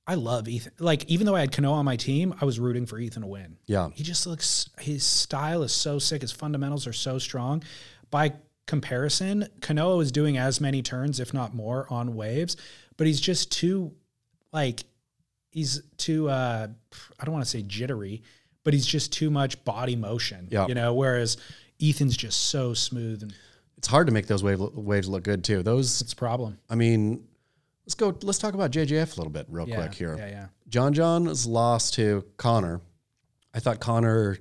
Speaker 1: I love Ethan. Like even though I had Kanoa on my team, I was rooting for Ethan to win.
Speaker 2: yeah
Speaker 1: He just looks. His style is so sick. His fundamentals are so strong. By comparison, Kanoa is doing as many turns, if not more, on waves, but he's just too, like, he's too. Uh, I don't want to say jittery, but he's just too much body motion.
Speaker 2: Yeah.
Speaker 1: You know, whereas Ethan's just so smooth, and
Speaker 2: it's hard to make those wave, waves look good too those
Speaker 1: it's a problem.
Speaker 2: i mean let's go let's talk about jjf a little bit real
Speaker 1: Yeah.
Speaker 2: quick here
Speaker 1: Yeah, yeah.
Speaker 2: John John is lost to Connor. I thought Connor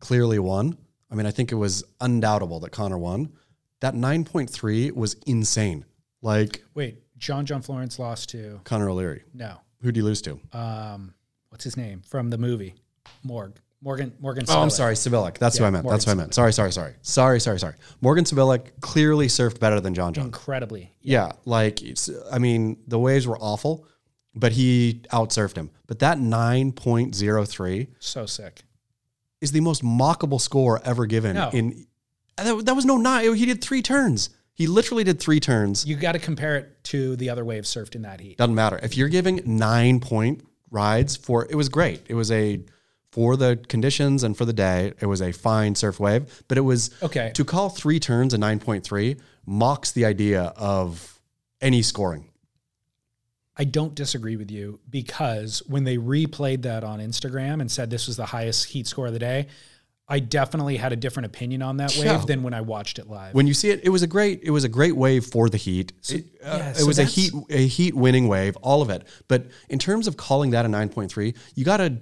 Speaker 2: clearly won. I mean, I think it was undoubtable that Connor won. That 9.3 was insane. Like
Speaker 1: Wait, John John Florence lost to
Speaker 2: Connor O'Leary.
Speaker 1: no.
Speaker 2: Who'd he lose to?
Speaker 1: Um, what's his name from the movie? Morg. Morgan. Morgan.
Speaker 2: oh, I'm
Speaker 1: Spillane.
Speaker 2: sorry. Sibilic. That's who
Speaker 1: Yeah,
Speaker 2: I meant.
Speaker 1: Morgan
Speaker 2: That's who I meant. Sorry, sorry, sorry. Sorry, sorry, sorry. Morgan Sibilic clearly surfed better than John John.
Speaker 1: Incredibly.
Speaker 2: Yeah. Like, it's, I mean, the waves were awful, but he outsurfed him. But that 9.03
Speaker 1: So sick.
Speaker 2: is the most mockable score ever given
Speaker 1: No.
Speaker 2: in that, that was no nine he did three turns he literally did three turns
Speaker 1: You got to compare it to the other wave surfed in that heat.
Speaker 2: doesn't matter if you're giving nine point rides for it was great. It was a for the conditions and for the day. It was a fine surf wave, but it was
Speaker 1: Okay.
Speaker 2: to call three turns a 9.3 mocks the idea of any scoring.
Speaker 1: I don't disagree with you because when they replayed that on Instagram and said this was the highest heat score of the day, I definitely had a different opinion on that wave
Speaker 2: Yeah.
Speaker 1: than when I watched it live.
Speaker 2: When you see it, it was a great it was a great wave for the Heat. It, uh,
Speaker 1: yeah,
Speaker 2: it
Speaker 1: so
Speaker 2: was a
Speaker 1: that's-
Speaker 2: heat a heat winning wave, all of it. But in terms of calling that a 9.3, you got to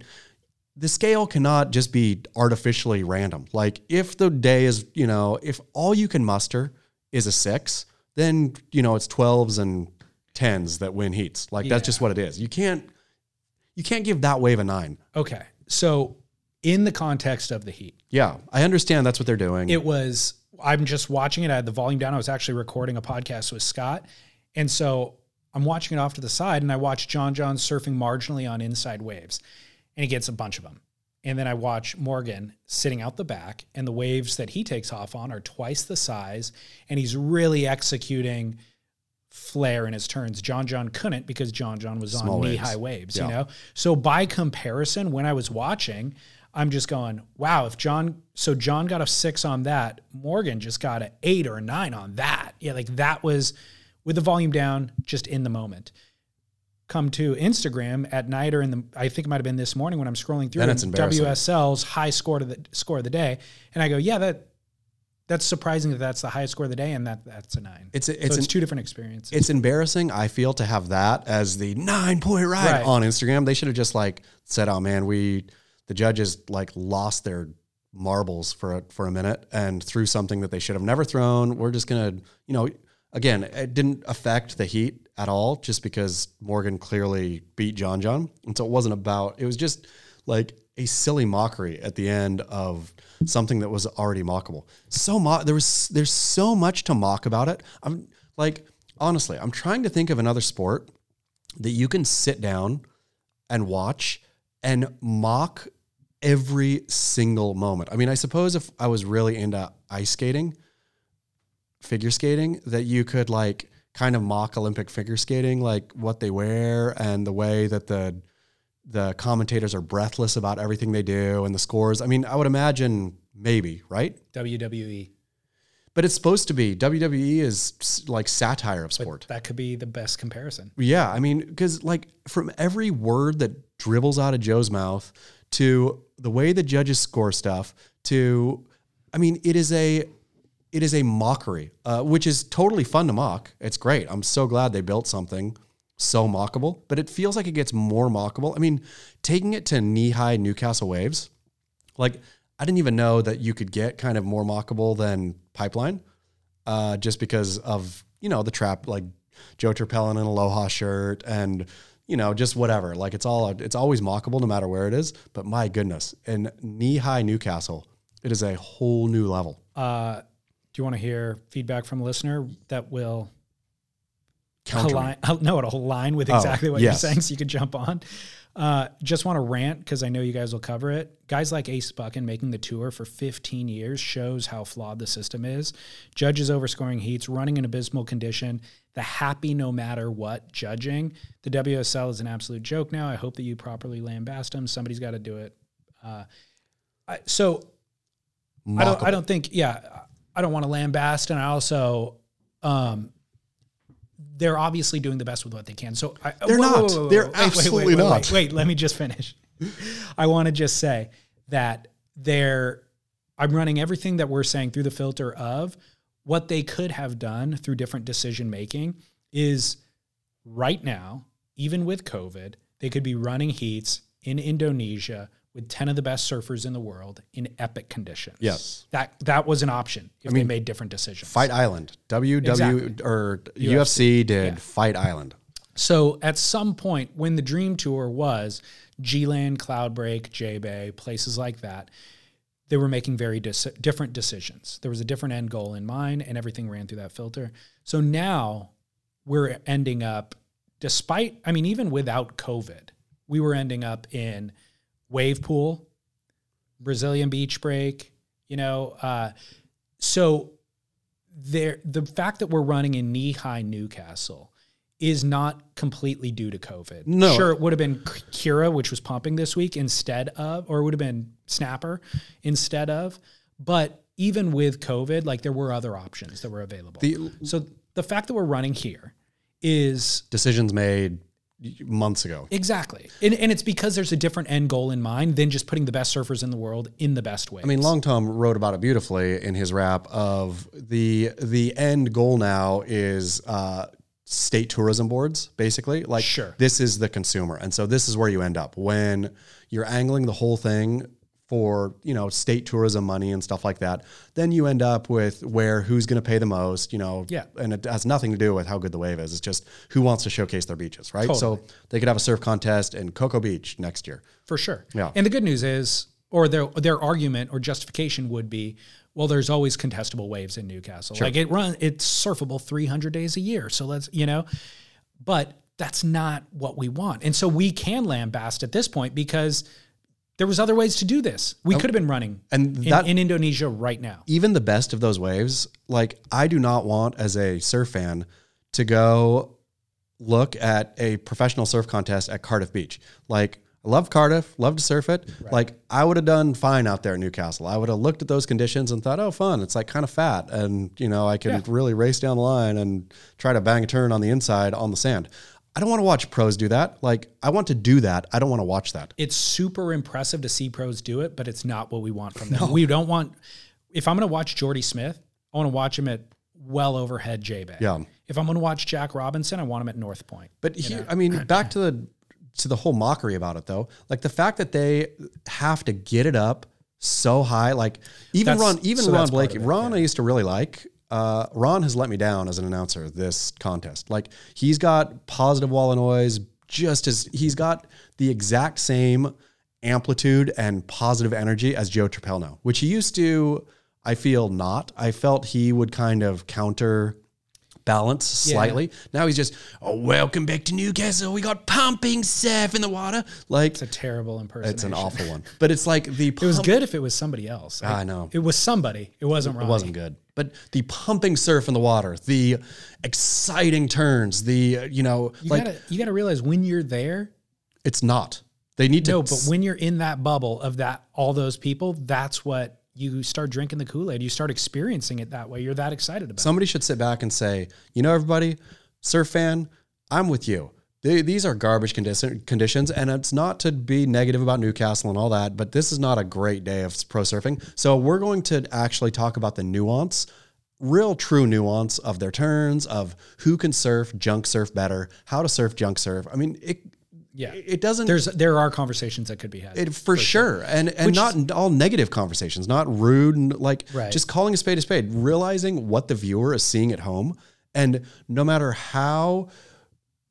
Speaker 2: the scale cannot just be artificially random. Like if the day is, you know, if all you can muster is a 6, then you know it's 12s and 10s that win heats. Like that's just what it is. You can't you can't give that wave a 9.
Speaker 1: okay. So, in the context of the heat,
Speaker 2: Yeah, I understand that's what they're doing.
Speaker 1: it was, I'm just watching it. I had the volume down. I was actually recording a podcast with Scott. And so I'm watching it off to the side and I watch John John surfing marginally on inside waves and he gets a bunch of them. And then I watch Morgan sitting out the back and the waves that he takes off on are twice the size and he's really executing flair in his turns. John John couldn't because John John was on
Speaker 2: Small
Speaker 1: knee
Speaker 2: waves.
Speaker 1: high waves,
Speaker 2: Yeah.
Speaker 1: you know? So by comparison, when I was watching, I'm just going, wow, if John, so John got a six on that, Morgan just got an eight or a nine on that. Yeah, like that was with the volume down, just in the moment. Come to Instagram at night or in the, I think it might have been this morning when I'm scrolling through
Speaker 2: Then it's
Speaker 1: and
Speaker 2: embarrassing.
Speaker 1: WSL's high score to the score of the day. And I go, yeah, that, that's surprising that that's the highest score of the day and that that's a nine.
Speaker 2: it's
Speaker 1: So
Speaker 2: it's
Speaker 1: it's,
Speaker 2: an
Speaker 1: two different experiences.
Speaker 2: it's embarrassing, I feel, to have that as the nine point ride
Speaker 1: Right.
Speaker 2: on Instagram. They should have just like said, "Oh man, we the judges like lost their marbles for a, for a minute and threw something that they should have never thrown." We're just gonna, you know, again, it didn't affect the heat at all, just because Morgan clearly beat John John, and so it wasn't about. It was just like a silly mockery at the end of something that was already mockable. So mo- there was there's so much to mock about it. I'm like honestly, I'm trying to think of another sport that you can sit down and watch and mock every single moment. I mean, I suppose if I was really into ice skating, figure skating, that you could like kind of mock Olympic figure skating, like what they wear and the way that the the commentators are breathless about everything they do and the scores. I mean, I would imagine maybe, right?
Speaker 1: WWE.
Speaker 2: But it's supposed to be WWE is s- like satire of sport.
Speaker 1: That could be the best comparison.
Speaker 2: Yeah, I mean, because like from every word that dribbles out of Joe's mouth to the way the judges score stuff to, I mean, it is a it is a mockery, uh, which is totally fun to mock. It's great. I'm so glad they built something so mockable, but it feels like it gets more mockable. I mean, taking it to knee high Newcastle waves, like I didn't even know that you could get kind of more mockable than pipeline uh, just because of you know the trap like Joe Terpel in an Aloha shirt and you know just whatever like it's all it's always mockable no matter where it is but my goodness in knee high Newcastle it is a whole new level
Speaker 1: Uh, do you want to hear feedback from a listener that will
Speaker 2: Counter me.
Speaker 1: align? oh, No, it'll align with exactly what
Speaker 2: yes.
Speaker 1: you're saying, so you can jump on. Uh, just want to rant because I know you guys will cover it. Guys like Ace Buckin making the tour for 15 years shows how flawed the system is. Judges overscoring heats, running in abysmal condition, the happy no matter what judging. The WSL is an absolute joke now. I hope that you properly lambast them. Somebody's got to do it. Uh, I, so I don't,
Speaker 2: Mockable.
Speaker 1: I don't think, yeah, I don't want to lambast. And I also, um, they're obviously doing the best with what they can. So I,
Speaker 2: They're not. They're absolutely
Speaker 1: wait, wait,
Speaker 2: not.
Speaker 1: Wait, let me just finish. I want to just say that they're, I'm running everything that we're saying through the filter of what they could have done through different decision making is right now, even with COVID, they could be running heats in Indonesia with 10 of the best surfers in the world in epic conditions.
Speaker 2: Yes.
Speaker 1: That that was an option if they made different decisions.
Speaker 2: Fight Island WW
Speaker 1: Exactly.
Speaker 2: or UFC,
Speaker 1: Yeah.
Speaker 2: did Fight Island
Speaker 1: So at some point when the Dream Tour was G-Land, Cloudbreak, J-Bay, places like that, they were making very dis- different decisions. There was a different end goal in mind and everything ran through that filter. So now we're ending up despite I mean even without COVID, we were ending up in wave pool, Brazilian beach break, you know, uh so there the fact that we're running in knee high Newcastle is not completely due to COVID.
Speaker 2: No.
Speaker 1: Sure, it would have been Kira, which was pumping this week, instead of, or it would have been Snapper instead of. But even with COVID, like there were other options that were available.
Speaker 2: The
Speaker 1: so the fact that we're running here is
Speaker 2: decisions made months ago.
Speaker 1: Exactly. And, and it's because there's a different end goal in mind than just putting the best surfers in the world in the best way.
Speaker 2: I mean, Long Tom wrote about it beautifully in his rap of the the end goal now is uh, state tourism boards, basically. Like,
Speaker 1: Sure.
Speaker 2: this is the consumer, and so this is where you end up when you're angling the whole thing for you know state tourism money and stuff like that. Then you end up with where who's going to pay the most, you know.
Speaker 1: Yeah.
Speaker 2: and it has nothing to do with how good the wave is. It's just who wants to showcase their beaches, right? So they could have a surf contest in Cocoa Beach next year.
Speaker 1: for sure.
Speaker 2: Yeah.
Speaker 1: And the good news is, or their, their argument or justification would be, well, there's always contestable waves in Newcastle. Like it run, it's surfable 300 days a year. So let's, you know, but that's not what we want. And so we can lambast at this point because there was other ways to do this. We could have been running
Speaker 2: and
Speaker 1: in,
Speaker 2: that-
Speaker 1: in Indonesia right now.
Speaker 2: even the best of those waves, like I do not want as a surf fan to go look at a professional surf contest at Cardiff Beach. Like I love Cardiff, love to surf it. Like I would have done fine out there in Newcastle. I would have looked at those conditions and thought, oh fun, it's like kind of fat and you know, I can really race down the line and try to bang a turn on the inside on the sand. I don't want to watch pros do that. Like I want to do that. I don't want to watch that.
Speaker 1: it's super impressive to see pros do it, but it's not what we want from them. We don't want. If I'm going to watch Jordy Smith, I want to watch him at well overhead J Bay.
Speaker 2: Yeah.
Speaker 1: If I'm going to watch Jack Robinson, I want him at North Point.
Speaker 2: But he, I mean, back to the to the whole mockery about it though. Like the fact that they have to get it up so high. Like even
Speaker 1: That's-
Speaker 2: Ron, even
Speaker 1: so
Speaker 2: Ron
Speaker 1: that's part
Speaker 2: Blakey,
Speaker 1: of it,
Speaker 2: Ron I used to really like. Uh, Ron has let me down as an announcer this contest. Like he's got positive wall of noise, just as he's got the exact same amplitude and positive energy as Joe Trapelno, which he used to. I feel not. I felt he would kind of counter balance slightly. Now he's just, oh, welcome back to Newcastle. We got pumping surf in the water. Like,
Speaker 1: It's a terrible impersonation.
Speaker 2: it's an awful one. But it's like the pump
Speaker 1: It was good if it was somebody else.
Speaker 2: I know.
Speaker 1: It was somebody. It wasn't Ronnie.
Speaker 2: wasn't good. But the pumping surf in the water, the exciting turns, the, uh, you know,
Speaker 1: You
Speaker 2: like,
Speaker 1: gotta you gotta realize when you're there.
Speaker 2: it's not. They need to.
Speaker 1: No, but when you're in that bubble of that all those people, that's what you start drinking the Kool Aid. You start experiencing it that way. You're that excited about. it.
Speaker 2: Somebody should sit back and say, you know, everybody, surf fan, I'm with you. They, these are garbage condi- conditions, and it's not to be negative about Newcastle and all that, but this is not a great day of pro surfing. So we're going to actually talk about the nuance, real true nuance of their turns, of who can surf junk surf better, how to surf junk surf. I mean, it
Speaker 1: Yeah.
Speaker 2: it doesn't
Speaker 1: There's there are conversations that could be had.
Speaker 2: it, for, sure. And and not all negative conversations, not rude and like
Speaker 1: Right.
Speaker 2: just calling a spade a spade, realizing what the viewer is seeing at home. And no matter how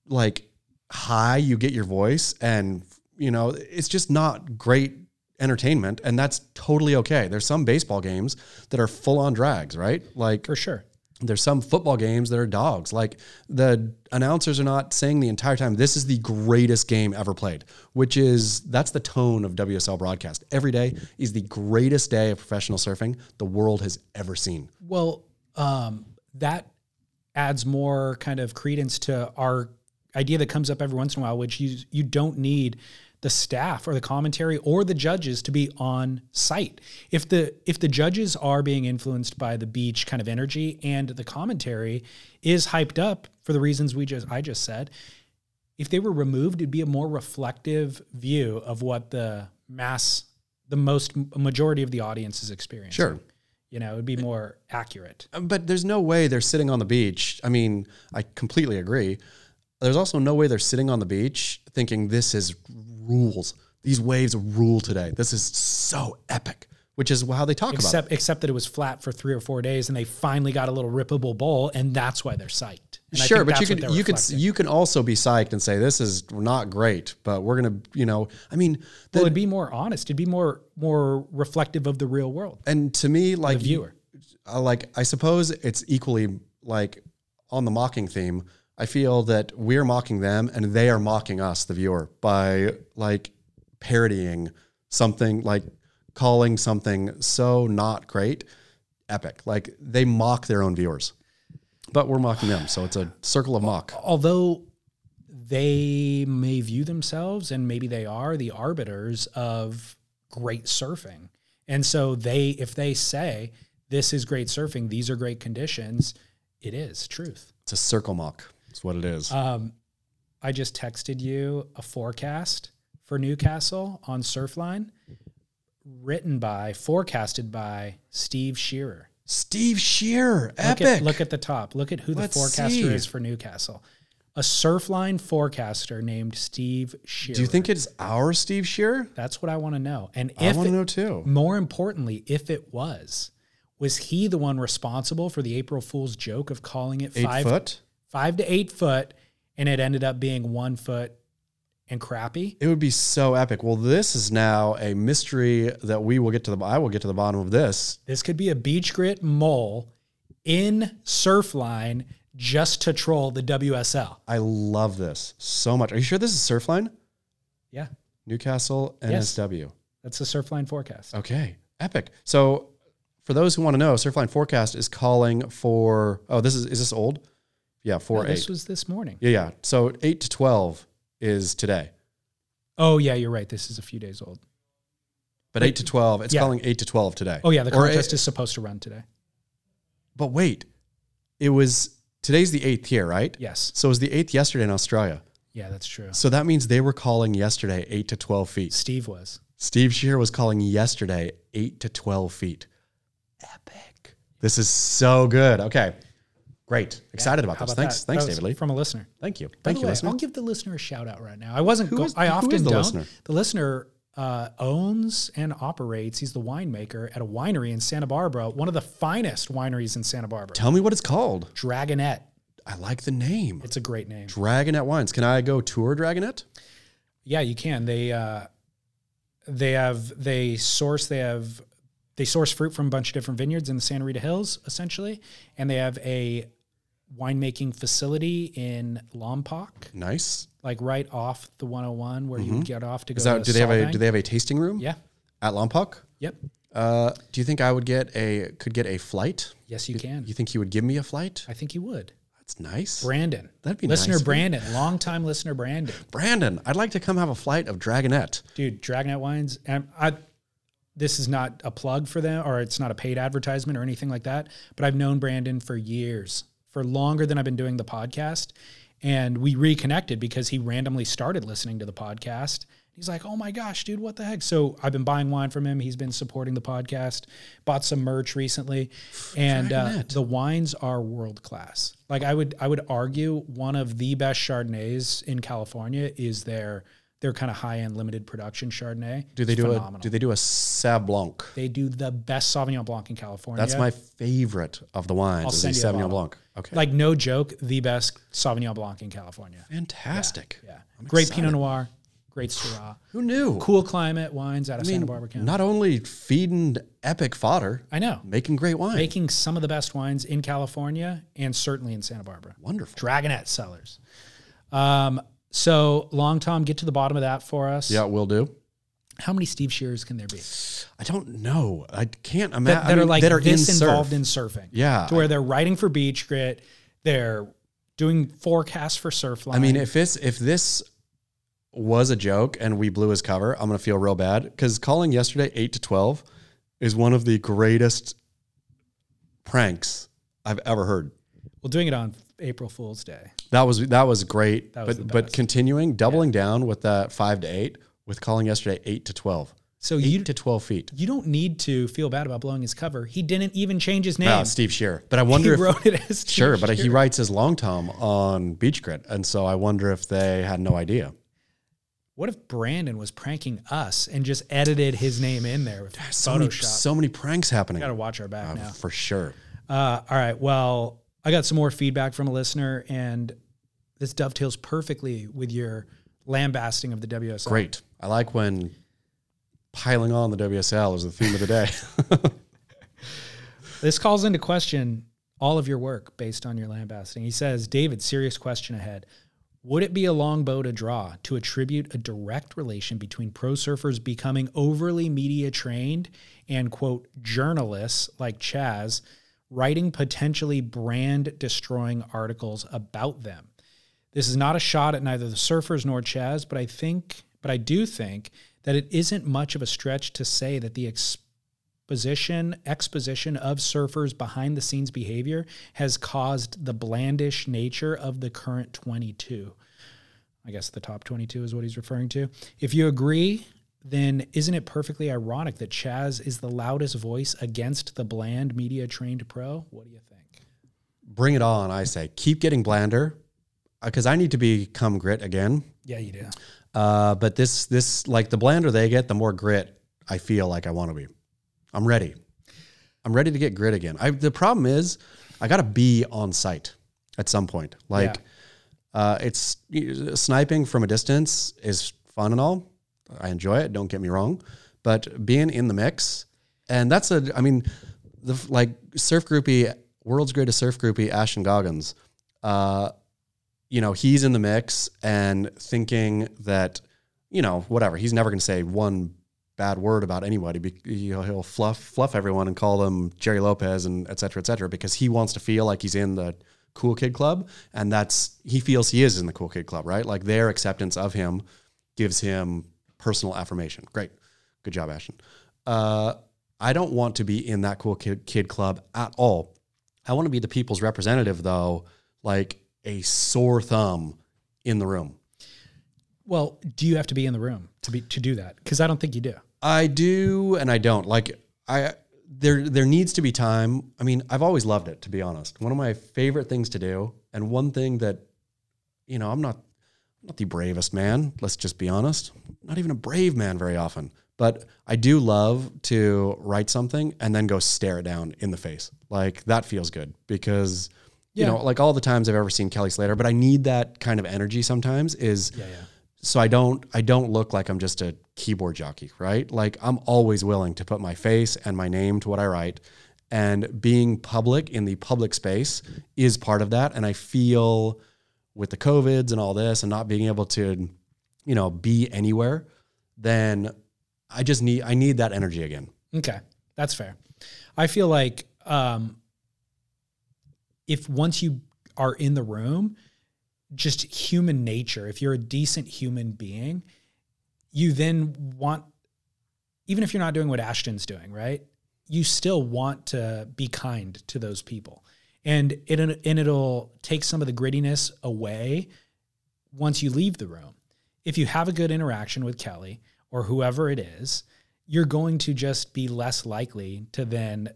Speaker 2: like high you get your voice and you know, it's just not great entertainment and that's totally okay. There's some baseball games that are full on drags, right? Like
Speaker 1: for sure.
Speaker 2: there's some football games that are dogs. Like the announcers are not saying the entire time, this is the greatest game ever played, which is that's the tone of WSL broadcast. Every day is the greatest day of professional surfing the world has ever seen.
Speaker 1: Well, um, that adds more kind of credence to our idea that comes up every once in a while, which you you don't need the staff or the commentary or the judges to be on site. If the if the judges are being influenced by the beach kind of energy and the commentary is hyped up for the reasons we just I just said, if they were removed, it'd be a more reflective view of what the mass the most majority of the audience is experiencing.
Speaker 2: Sure.
Speaker 1: You know, it'd be more accurate.
Speaker 2: But there's no way they're sitting on the beach. I mean, I completely agree. There's also no way they're sitting on the beach thinking this is rules. These waves rule today. This is so epic, which is how they talk about it.
Speaker 1: Except except that it was flat for three or four days, and they finally got a little rippable bowl, and that's why they're psyched. And I
Speaker 2: sure,
Speaker 1: think
Speaker 2: but you
Speaker 1: that's what
Speaker 2: could
Speaker 1: they're
Speaker 2: you could
Speaker 1: reflecting.
Speaker 2: you can also be psyched and say this is not great, but we're gonna you know I mean the,
Speaker 1: Well, it'd be more honest. It'd be more more reflective of the real world.
Speaker 2: and to me like
Speaker 1: viewer.
Speaker 2: I like I suppose it's equally like on the mocking theme. I feel that we're mocking them and they are mocking us, the viewer, by like parodying something like calling something so not great epic. Like they mock their own viewers. but we're mocking them. So it's a circle of mock.
Speaker 1: although they may view themselves and maybe they are the arbiters of great surfing. And so they if they say this is great surfing, these are great conditions, it is truth.
Speaker 2: It's a circle mock. That's what it is.
Speaker 1: Um, I just texted you a forecast for Newcastle on Surfline written by forecasted by Steve Shearer.
Speaker 2: Steve Shearer,
Speaker 1: Look
Speaker 2: epic.
Speaker 1: at, look at the top. Look at who
Speaker 2: Let's
Speaker 1: the forecaster
Speaker 2: see.
Speaker 1: is for Newcastle. A surfline forecaster named Steve Shearer.
Speaker 2: Do you think it's our Steve Shearer?
Speaker 1: that's what I want to know? And
Speaker 2: I
Speaker 1: if
Speaker 2: want
Speaker 1: it,
Speaker 2: to know too.
Speaker 1: more importantly, if it was, was he the one responsible for the April Fool's joke of calling it
Speaker 2: Eight
Speaker 1: five
Speaker 2: foot.
Speaker 1: five to eight foot, and it ended up being one foot and crappy?
Speaker 2: It would be so epic. Well, this is now a mystery that we will get to the. I will get to the bottom of this.
Speaker 1: This could be a beach grit mole in surfline just to troll the WSL.
Speaker 2: I love this so much. Are you sure this is Surfline?
Speaker 1: Yeah,
Speaker 2: Newcastle
Speaker 1: Yes.
Speaker 2: NSW.
Speaker 1: that's the surfline forecast.
Speaker 2: Okay, epic. So, for those who want to know, Surfline Forecast is calling for. Oh, this is is this old? Yeah, four
Speaker 1: No,
Speaker 2: eight.
Speaker 1: This was this morning.
Speaker 2: yeah, yeah. So eight to twelve is today,
Speaker 1: Oh yeah, you're right. This is a few days old.
Speaker 2: but eight to twelve. It's
Speaker 1: Yeah.
Speaker 2: calling eight to twelve today.
Speaker 1: Oh yeah, the
Speaker 2: Or
Speaker 1: contest
Speaker 2: eight-
Speaker 1: is supposed to run today.
Speaker 2: But wait, it was today's the eighth here, right?
Speaker 1: Yes.
Speaker 2: So it was the eighth yesterday in Australia.
Speaker 1: Yeah, that's true.
Speaker 2: So that means they were calling yesterday eight to twelve feet.
Speaker 1: Steve was.
Speaker 2: Steve Shearer was calling yesterday eight to 12 feet. Epic. This is so good. Okay. Great. Excited about
Speaker 1: How
Speaker 2: this.
Speaker 1: about
Speaker 2: thanks.
Speaker 1: that?
Speaker 2: Thanks,
Speaker 1: That was
Speaker 2: David Lee.
Speaker 1: From a listener.
Speaker 2: Thank you.
Speaker 1: By
Speaker 2: Thank
Speaker 1: the
Speaker 2: you,
Speaker 1: way,
Speaker 2: listener.
Speaker 1: I'll give the listener a shout out right now. I wasn't.
Speaker 2: Who
Speaker 1: go-
Speaker 2: is-
Speaker 1: I
Speaker 2: who
Speaker 1: often
Speaker 2: is the
Speaker 1: don't.
Speaker 2: listener?
Speaker 1: The listener uh, owns and operates. He's the winemaker at a winery in Santa Barbara, one of the finest wineries in Santa Barbara.
Speaker 2: Tell me what it's called.
Speaker 1: Dragonette.
Speaker 2: I like the name.
Speaker 1: It's a great name.
Speaker 2: Dragonette Wines. Can I go tour Dragonette?
Speaker 1: Yeah, you can. They uh, they have they source they have they source fruit from a bunch of different vineyards in the Santa Rita Hills, essentially, and they have a winemaking facility in Lompoc,
Speaker 2: Nice.
Speaker 1: like right off the 101 where you would get off to go.
Speaker 2: Mm-hmm. Is that,
Speaker 1: to
Speaker 2: do they have a
Speaker 1: Solvang.
Speaker 2: do they have a tasting room
Speaker 1: Yeah.
Speaker 2: at Lompoc?
Speaker 1: Yep.
Speaker 2: Uh, do you think I would get a could get a flight?
Speaker 1: Yes, you can.
Speaker 2: You think he would give me a flight?
Speaker 1: I think you would.
Speaker 2: That's nice.
Speaker 1: Brandon.
Speaker 2: That'd be
Speaker 1: listener
Speaker 2: nice.
Speaker 1: Brandon, longtime listener Brandon.
Speaker 2: Brandon, I'd like to come have a flight of Dragonette.
Speaker 1: Dude, Dragonette Wines and I this is not a plug for them or it's not a paid advertisement or anything like that, but I've known Brandon for years, for longer than I've been doing the podcast, and we reconnected because he randomly started listening to the podcast. He's like, "Oh my gosh, dude, what the heck?" So, I've been buying wine from him. He's been supporting the podcast. Bought some merch recently, and uh,
Speaker 2: Dragonette.
Speaker 1: the wines are world class. Like I would I would argue one of the best Chardonnays in California is their their kind of high end limited production Chardonnay.
Speaker 2: Do they
Speaker 1: It's
Speaker 2: do
Speaker 1: phenomenal.
Speaker 2: a do they do a Sauv Blanc?
Speaker 1: they do the best Sauvignon Blanc in California.
Speaker 2: That's my favorite of the wines.
Speaker 1: I'll
Speaker 2: is
Speaker 1: send
Speaker 2: the
Speaker 1: you a bottle.
Speaker 2: Sauvignon Blanc. Okay,
Speaker 1: like no joke, the best Sauvignon Blanc in California.
Speaker 2: fantastic.
Speaker 1: Yeah, great
Speaker 2: excited.
Speaker 1: Pinot Noir, great Syrah,
Speaker 2: Who knew?
Speaker 1: cool climate wines out of Santa Barbara County.
Speaker 2: Not only feeding epic fodder,
Speaker 1: I know,
Speaker 2: making great wine.
Speaker 1: making some of the best wines in California and certainly in Santa Barbara.
Speaker 2: Wonderful.
Speaker 1: Dragonette sellers. Um, so long, Tom, get to the bottom of that for us.
Speaker 2: Yeah, will do.
Speaker 1: How many Steve Shearers can there be
Speaker 2: I don't know. I can't
Speaker 1: that,
Speaker 2: imagine
Speaker 1: that are like
Speaker 2: that are
Speaker 1: this
Speaker 2: in surf.
Speaker 1: involved in surfing?
Speaker 2: Yeah.
Speaker 1: to where they're writing for Beach Grit, they're doing forecasts for Surfline.
Speaker 2: I mean, if this if this was a joke and we blew his cover, I'm gonna feel real bad because calling yesterday eight to twelve is one of the greatest pranks I've ever heard.
Speaker 1: well, doing it on April Fool's Day.
Speaker 2: That was that was great.
Speaker 1: was
Speaker 2: but
Speaker 1: the
Speaker 2: but continuing, doubling down with that five to eight, with calling yesterday eight to twelve.
Speaker 1: So
Speaker 2: Eight
Speaker 1: you
Speaker 2: to twelve feet.
Speaker 1: you don't need to feel bad about blowing his cover. He didn't even change his name.
Speaker 2: Wow, Steve Shearer. But I
Speaker 1: he
Speaker 2: wonder if
Speaker 1: wrote it as
Speaker 2: sure, but he writes his long tom on Beach Grit. And so I wonder if they had no idea.
Speaker 1: What if Brandon was pranking us and just edited his name in there with
Speaker 2: So many,
Speaker 1: Photoshop?
Speaker 2: so many pranks happening.
Speaker 1: Got to watch our back now.
Speaker 2: For sure.
Speaker 1: Uh, all right. Well, I got some more feedback from a listener, and this dovetails perfectly with your lambasting of the WSL.
Speaker 2: Great. I like when piling on the WSL is the theme of the day.
Speaker 1: This calls into question all of your work based on your lambasting. He says, David, serious question ahead. Would it be a long bow to draw to attribute a direct relation between pro surfers becoming overly media trained and, quote, journalists like Chaz writing potentially brand destroying articles about them. This is not a shot at neither the surfers nor Chaz, but I think, but I do think that it isn't much of a stretch to say that the exposition exposition of surfers behind the scenes behavior has caused the blandish nature of the current 22. I guess the top 22 is what he's referring to. If you agree, then isn't it perfectly ironic that Chaz is the loudest voice against the bland media trained pro? What do you think?
Speaker 2: Bring it on, I say. Keep getting blander because I need to become grit again.
Speaker 1: Yeah, you do.
Speaker 2: Uh, but this, this, like the blander they get, the more grit I feel like I want to be. I'm ready. I'm ready to get grit again. I, the problem is, I got to be on site at some point. Like, uh, it's sniping from a distance is fun and all. I enjoy it. Don't get me wrong, but being in the mix, and that's a. I mean, the f- like surf groupie, world's greatest surf groupie, Ashton Goggins. Uh, you know, he's in the mix and thinking that, you know, whatever. He's never going to say one bad word about anybody. Be- He'll, he'll fluff fluff everyone and call them Jerry Lopez and et cetera, et cetera, because he wants to feel like he's in the cool kid club, and that's he feels he is in the cool kid club, right? Like their acceptance of him gives him personal affirmation. Great, good job, Ashton. Uh, I don't want to be in that cool kid, kid club at all. I want to be the people's representative, though, like a sore thumb in the room.
Speaker 1: Well, do you have to be in the room to be to do that? Because I don't think you do.
Speaker 2: I do and I don't. Like I there there needs to be time. I mean, I've always loved it to be honest. One of my favorite things to do and one thing that you know, I'm not I'm not the bravest man, let's just be honest. Not even a brave man very often. But I do love to write something and then go stare it down in the face. Like that feels good because
Speaker 1: Yeah.
Speaker 2: you know, like all the times I've ever seen Kelly Slater, but I need that kind of energy sometimes is
Speaker 1: Yeah, yeah.
Speaker 2: so I don't I don't look like I'm just a keyboard jockey, right? Like I'm always willing to put my face and my name to what I write and being public in the public space is part of that and I feel with the covids and all this and not being able to you know be anywhere then I just need I need that energy again.
Speaker 1: Okay, that's fair. I feel like um, if once you are in the room, just human nature, if you're a decent human being, you then want, even if you're not doing what Ashton's doing, right? You still want to be kind to those people. And it and it'll take some of the grittiness away once you leave the room. If you have a good interaction with Kelly or whoever it is, you're going to just be less likely to then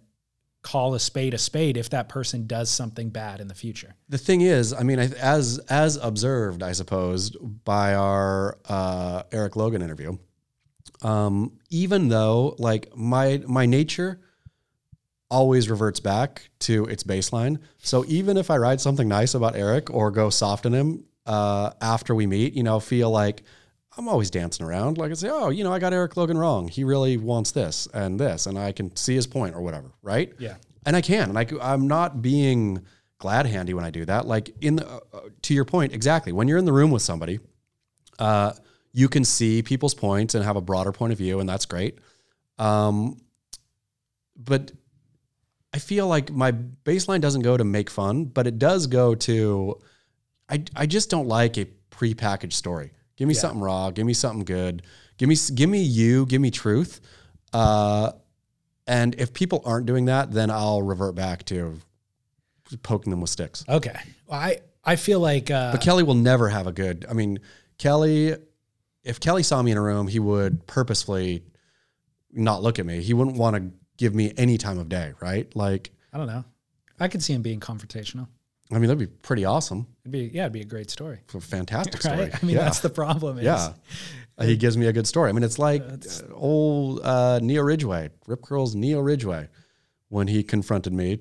Speaker 1: call a spade a spade if that person does something bad in the future.
Speaker 2: the thing is, I mean, I, as as observed, I suppose, by our uh, Eric Logan interview, um, even though like my my nature always reverts back to its baseline, so even if I write something nice about Eric or go soft on him uh, after we meet, you know, feel like I'm always dancing around, like I say, oh, you know, I got Eric Logan wrong. He really wants this and this, and I can see his point or whatever, right?
Speaker 1: Yeah.
Speaker 2: and I can. And I, c- I'm not being glad handy when I do that. Like in the, uh, uh, to your point, exactly. When you're in the room with somebody, uh, you can see people's points and have a broader point of view, and that's great. Um, but I feel like my baseline doesn't go to make fun, but it does go to I I just don't like a prepackaged story. Give me
Speaker 1: Yeah.
Speaker 2: something raw. Give me something good. Give me s- give me you. Give me truth. Uh, and if people aren't doing that, then I'll revert back to poking them with sticks.
Speaker 1: Okay. Well, I I feel like uh,
Speaker 2: But Kelly will never have a good. I mean, Kelly, if Kelly saw me in a room, he would purposefully not look at me. He wouldn't want to give me any time of day, right? Like,
Speaker 1: I don't know. I could see him being confrontational.
Speaker 2: I mean, that'd be pretty awesome.
Speaker 1: It'd be yeah, it'd be a great story.
Speaker 2: F- Fantastic story.
Speaker 1: Right? I mean,
Speaker 2: yeah.
Speaker 1: that's the problem. Is,
Speaker 2: yeah. Uh, He gives me a good story. I mean, it's like uh, old uh, Neo Ridgeway, Rip Curl's Neo Ridgeway, when he confronted me.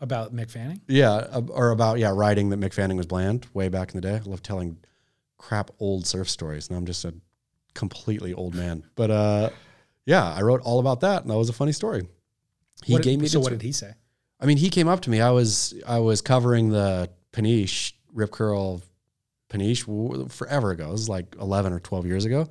Speaker 1: About Mick Fanning.
Speaker 2: Yeah, ab- or about yeah, writing that McFanning was bland way back in the day. I love telling crap old surf stories, and I'm just a completely old man. But uh, yeah, I wrote all about that, and that was a funny story. He
Speaker 1: What did-
Speaker 2: gave me.
Speaker 1: So
Speaker 2: the-
Speaker 1: what did he say?
Speaker 2: I mean, he came up to me. I was I was covering the Paniche Rip Curl Paniche w- forever ago. It was like eleven or twelve years ago,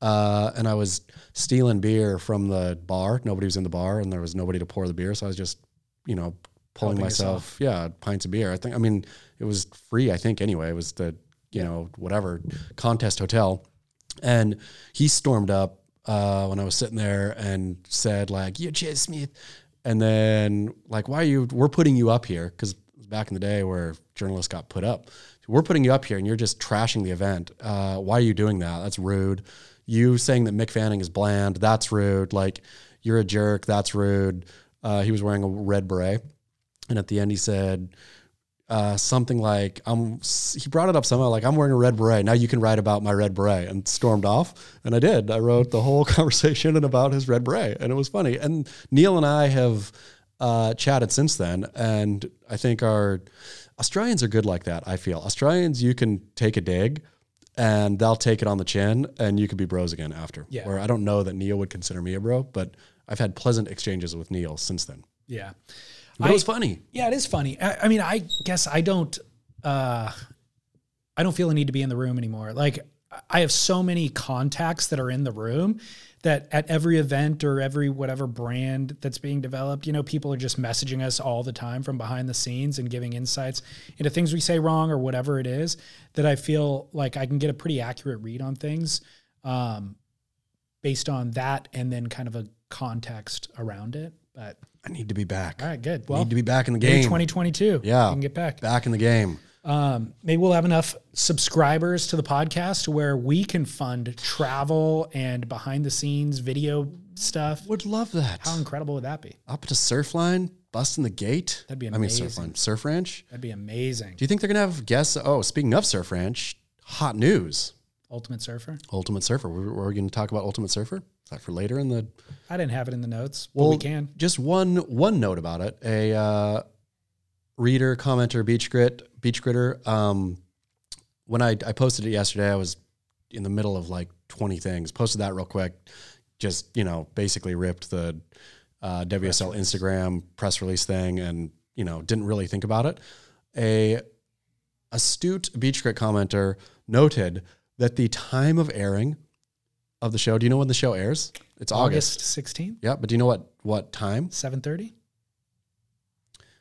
Speaker 2: uh, and I was stealing beer from the bar. Nobody was in the bar, and there was nobody to pour the beer, so I was just you know pulling
Speaker 1: Helping
Speaker 2: myself, yeah, pints of beer. I think, I mean, it was free, I think, anyway. It was the, you know, whatever contest hotel. And he stormed up uh, when I was sitting there and said, like, you Chase Smith. And then, like, why are you, we're putting you up here. Cause back in the day where journalists got put up, we're putting you up here and you're just trashing the event. Uh, why are you doing that? That's rude. You saying that Mick Fanning is bland, that's rude. Like, you're a jerk, that's rude. Uh, he was wearing a red beret. And at the end, he said, uh, something like I'm. He brought it up somehow, like I'm wearing a red beret. Now you can write about my red beret, and stormed off. And I did. I wrote the whole conversation and about his red beret, and it was funny. And Neil and I have uh, chatted since then, and I think our Australians are good like that. I feel Australians, you can take a dig, and they'll take it on the chin, and you could be bros again after.
Speaker 1: Yeah.
Speaker 2: Where I don't know that Neil would consider me a bro, but I've had pleasant exchanges with Neil since then.
Speaker 1: Yeah.
Speaker 2: But
Speaker 1: I-
Speaker 2: it was funny.
Speaker 1: Yeah, it is funny. I, I mean, I guess I don't, uh, I don't feel a need to be in the room anymore. Like I have so many contacts that are in the room that at every event or every whatever brand that's being developed, you know, people are just messaging us all the time from behind the scenes and giving insights into things we say wrong or whatever it is that I feel like I can get a pretty accurate read on things um, based on that and then kind of a context around it. But
Speaker 2: I need to be back.
Speaker 1: all right, good. Well,
Speaker 2: need to be back in the
Speaker 1: Maybe
Speaker 2: game.
Speaker 1: 2022.
Speaker 2: Yeah.
Speaker 1: You can get back.
Speaker 2: Back in the game.
Speaker 1: Um, maybe we'll have enough subscribers to the podcast to where we can fund travel and behind the scenes video stuff.
Speaker 2: Would love that.
Speaker 1: How incredible would that be?
Speaker 2: Up to Surfline, busting the gate.
Speaker 1: That'd be
Speaker 2: I mean,
Speaker 1: amazing.
Speaker 2: Surfline, Surf Ranch.
Speaker 1: That'd be amazing.
Speaker 2: Do you think they're gonna have guests? Oh, speaking of Surf Ranch, hot news.
Speaker 1: Ultimate Surfer.
Speaker 2: Ultimate Surfer. We're, we're going to talk about Ultimate Surfer. Is that for later in the?
Speaker 1: I didn't have it in the notes, but we can.
Speaker 2: Just one one note about it. A uh, reader, commenter, beach grit, beach gritter. Um, when I, I posted it yesterday, I was in the middle of like 20 things. Posted that real quick. Just you know, basically ripped the uh, WSL Instagram press release thing, and you know, didn't really think about it. A astute beach grit commenter noted that the time of airing of the show. Do you know when the show airs? It's August.
Speaker 1: August 16th,
Speaker 2: Yeah, but do you know what what time?
Speaker 1: 7.30?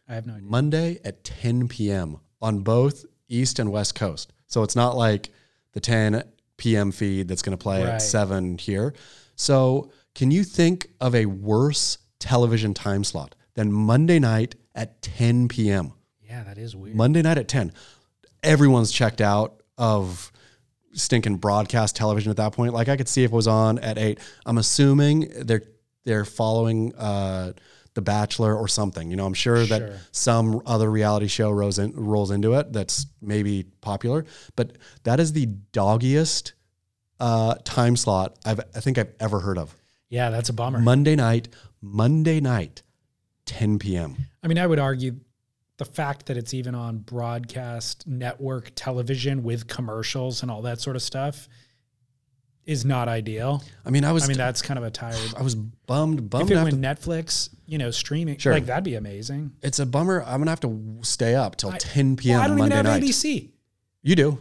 Speaker 1: I have no idea.
Speaker 2: Monday at 10 p.m. on both East and West Coast. So it's not like the 10 p.m. feed that's going to play
Speaker 1: Right.
Speaker 2: at 7 here. So can you think of a worse television time slot than Monday night at 10 p.m.?
Speaker 1: Yeah, that is weird.
Speaker 2: Monday night at 10. Everyone's checked out of stinking broadcast television at that point. Like I could see if it was on at 8. I'm assuming they're they're following uh The Bachelor or something. You know, I'm sure that
Speaker 1: Sure.
Speaker 2: some other reality show rolls in, rolls into it that's maybe popular, but that is the doggiest uh time slot I've I think I've ever heard of.
Speaker 1: Yeah, that's a bummer.
Speaker 2: Monday night, Monday night 10 p.m.
Speaker 1: I mean, I would argue the fact that it's even on broadcast network television with commercials and all that sort of stuff is not ideal.
Speaker 2: I mean, I was
Speaker 1: I mean, that's kind of a tired.
Speaker 2: I was bummed
Speaker 1: If
Speaker 2: bummed
Speaker 1: it
Speaker 2: after
Speaker 1: went Netflix, you know, streaming,
Speaker 2: Sure.
Speaker 1: like that'd be amazing.
Speaker 2: It's a bummer. I'm gonna have to stay up till
Speaker 1: I-
Speaker 2: 10 p.m.
Speaker 1: well, I don't
Speaker 2: Monday
Speaker 1: even have
Speaker 2: night.
Speaker 1: ABC.
Speaker 2: You do.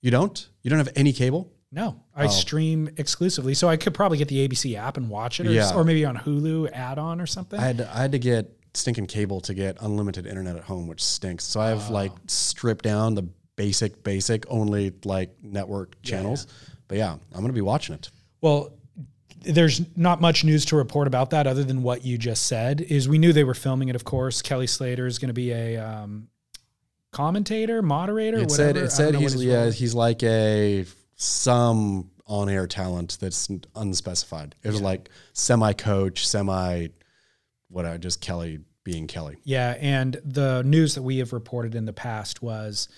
Speaker 2: You don't. You don't have any cable.
Speaker 1: No, I
Speaker 2: Oh.
Speaker 1: stream exclusively, so I could probably get the ABC app and watch it, or,
Speaker 2: Yeah.
Speaker 1: or maybe on Hulu add-on or something.
Speaker 2: I had to, I had to get stinking cable to get unlimited internet at home, which stinks. So I've like stripped down the basic, basic only like network channels. But yeah, I'm gonna be watching it.
Speaker 1: Well, there's not much news to report about that other than what you just said. Is we knew they were filming it. Of course, Kelly Slater is going to be a um, commentator, moderator. whatever.
Speaker 2: It said
Speaker 1: I don't
Speaker 2: it said
Speaker 1: know what
Speaker 2: he's uh,
Speaker 1: his
Speaker 2: yeah
Speaker 1: role is.
Speaker 2: he's like a some on air talent that's unspecified. It was like semi coach, semi what I just Kelly being Kelly.
Speaker 1: Yeah, and the news that we have reported in the past was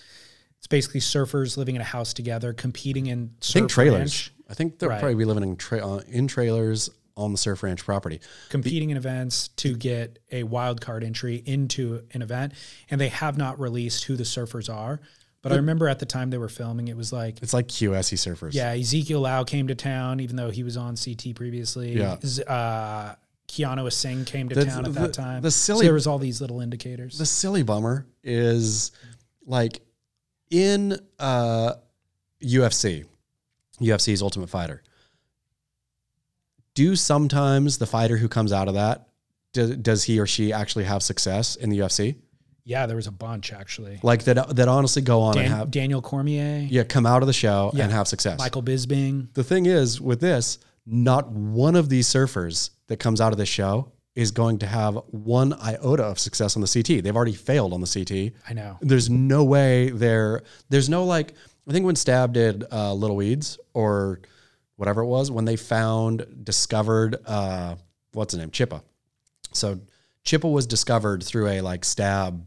Speaker 1: it's basically surfers living in a house together, competing in surf
Speaker 2: I think trailers.
Speaker 1: ranch,
Speaker 2: I think they're
Speaker 1: Right.
Speaker 2: probably be living in, tra- uh, in trailers on the surf ranch property.
Speaker 1: competing in events to get a wild card entry into an event, and they have not released who the surfers are. But I remember at the time they were filming, it was like
Speaker 2: It's like QSE surfers.
Speaker 1: Yeah, Ezekiel Lau came to town, even though he was on CT previously.
Speaker 2: Yeah.
Speaker 1: Z- Uh, Keanu Singh came to
Speaker 2: The-
Speaker 1: town at
Speaker 2: the-
Speaker 1: that time.
Speaker 2: the
Speaker 1: so
Speaker 2: silly-
Speaker 1: there was all these little indicators.
Speaker 2: The silly bummer is like in uh, UFC, UFC's Ultimate Fighter. Do sometimes the fighter who comes out of that does, does he or she actually have success in the UFC?
Speaker 1: Yeah, there was a bunch actually.
Speaker 2: Like that that honestly go on and
Speaker 1: Dan-
Speaker 2: have
Speaker 1: Daniel Cormier,
Speaker 2: yeah come out of the show
Speaker 1: Yeah.
Speaker 2: and have success.
Speaker 1: Michael Bisbing.
Speaker 2: the thing is with this, not one of these surfers that comes out of the show is going to have one iota of success on the CT. They've already failed on the CT.
Speaker 1: I know.
Speaker 2: There's no way they're there's no like I think when Stab did uh, Little Weeds or whatever it was when they found discovered uh, what's the name Chippa. So Chippa was discovered through a like Stab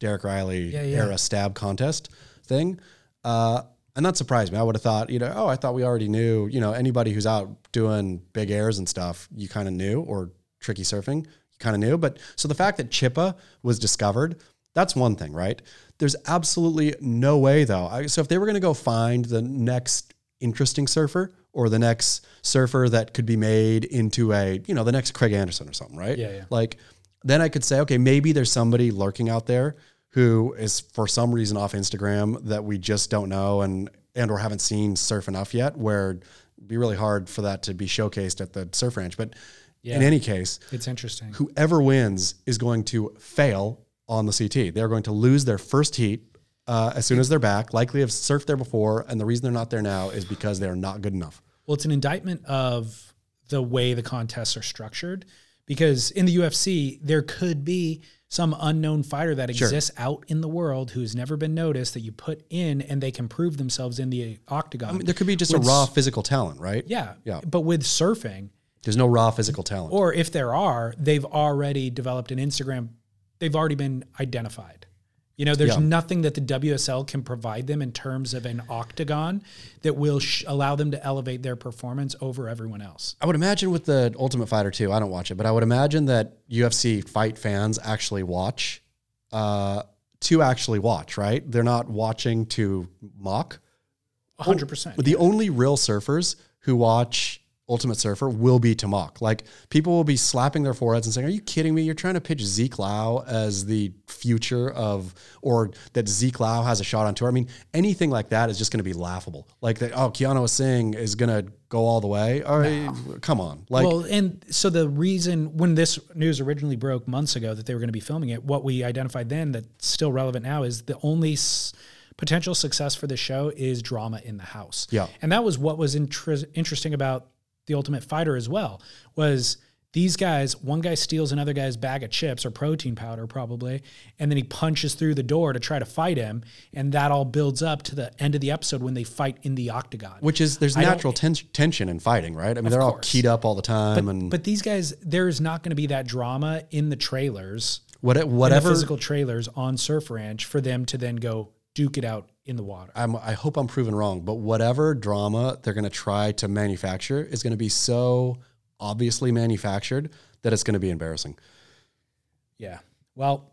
Speaker 2: Derek Riley
Speaker 1: Yeah, yeah.
Speaker 2: era Stab contest thing. Uh, and that surprised me. I would have thought, you know, oh, I thought we already knew, you know, anybody who's out doing big airs and stuff, you kind of knew, or tricky surfing, you kind of knew. But so the fact that Chippa was discovered, that's one thing, right? There's absolutely no way, though. I, so if they were going to go find the next interesting surfer or the next surfer that could be made into a, you know, the next Craig Anderson or something, right?
Speaker 1: Yeah, yeah.
Speaker 2: Like, then I could say, okay, maybe there's somebody lurking out there who is for some reason off Instagram that we just don't know and and or haven't seen surf enough yet. Where it'd be really hard for that to be showcased at the surf ranch. But in any case,
Speaker 1: It's interesting.
Speaker 2: whoever wins is going to fail on the CT. They're going to lose their first heat. Uh, as soon as they're back, likely have surfed there before, and the reason they're not there now is because they're not good enough.
Speaker 1: Well, it's an indictment of the way the contests are structured because in the UFC, there could be some unknown fighter that exists out in the world who's never been noticed that you put in and they can prove themselves in the octagon.
Speaker 2: I mean, there could be just a raw physical talent, right?
Speaker 1: yeah.
Speaker 2: Yeah.
Speaker 1: But with surfing,
Speaker 2: There's no raw physical talent.
Speaker 1: or if there are, they've already developed an Instagram, they've already been identified. You know, there's
Speaker 2: Yeah.
Speaker 1: nothing that the WSL can provide them in terms of an octagon that will sh- allow them to elevate their performance over everyone else.
Speaker 2: I would imagine with the Ultimate Fighter too. I don't watch it, but I would imagine that UFC fight fans actually watch uh, to actually watch. Right? They're not watching to mock.
Speaker 1: 100%.
Speaker 2: But the only real surfers who watch Ultimate Surfer will be to mock. Like people will be slapping their foreheads and saying, "Are you kidding me? You're trying to pitch Zeke Lau as the future of, or that Zeke Lau has a shot on tour." I mean, anything like that is just going to be laughable. Like that. Oh, Keanu Singh is going to go all the way. All right, come on. Like
Speaker 1: well, and so the reason when this news originally broke months ago that they were going to be filming it, what we identified then that's still relevant now is the only s- potential success for the show is drama in the house.
Speaker 2: Yeah.
Speaker 1: and that was what was inter- interesting about the Ultimate Fighter as well was these guys. One guy steals another guy's bag of chips or protein powder probably, and then he punches through the door to try to fight him, and that all builds up to the end of the episode when they fight in the octagon.
Speaker 2: which is there's natural tens- tension in fighting, right? I mean, they're all
Speaker 1: course.
Speaker 2: keyed up all the time, and
Speaker 1: But these guys, there is not going to be that drama in the trailers,
Speaker 2: what,
Speaker 1: the
Speaker 2: whatever.
Speaker 1: physical trailers on Surf Ranch for them to then go duke it out in the water.
Speaker 2: I'm, I hope I'm proven wrong, but whatever drama they're going to try to manufacture is going to be so obviously manufactured that it's going to be embarrassing.
Speaker 1: Yeah. Well,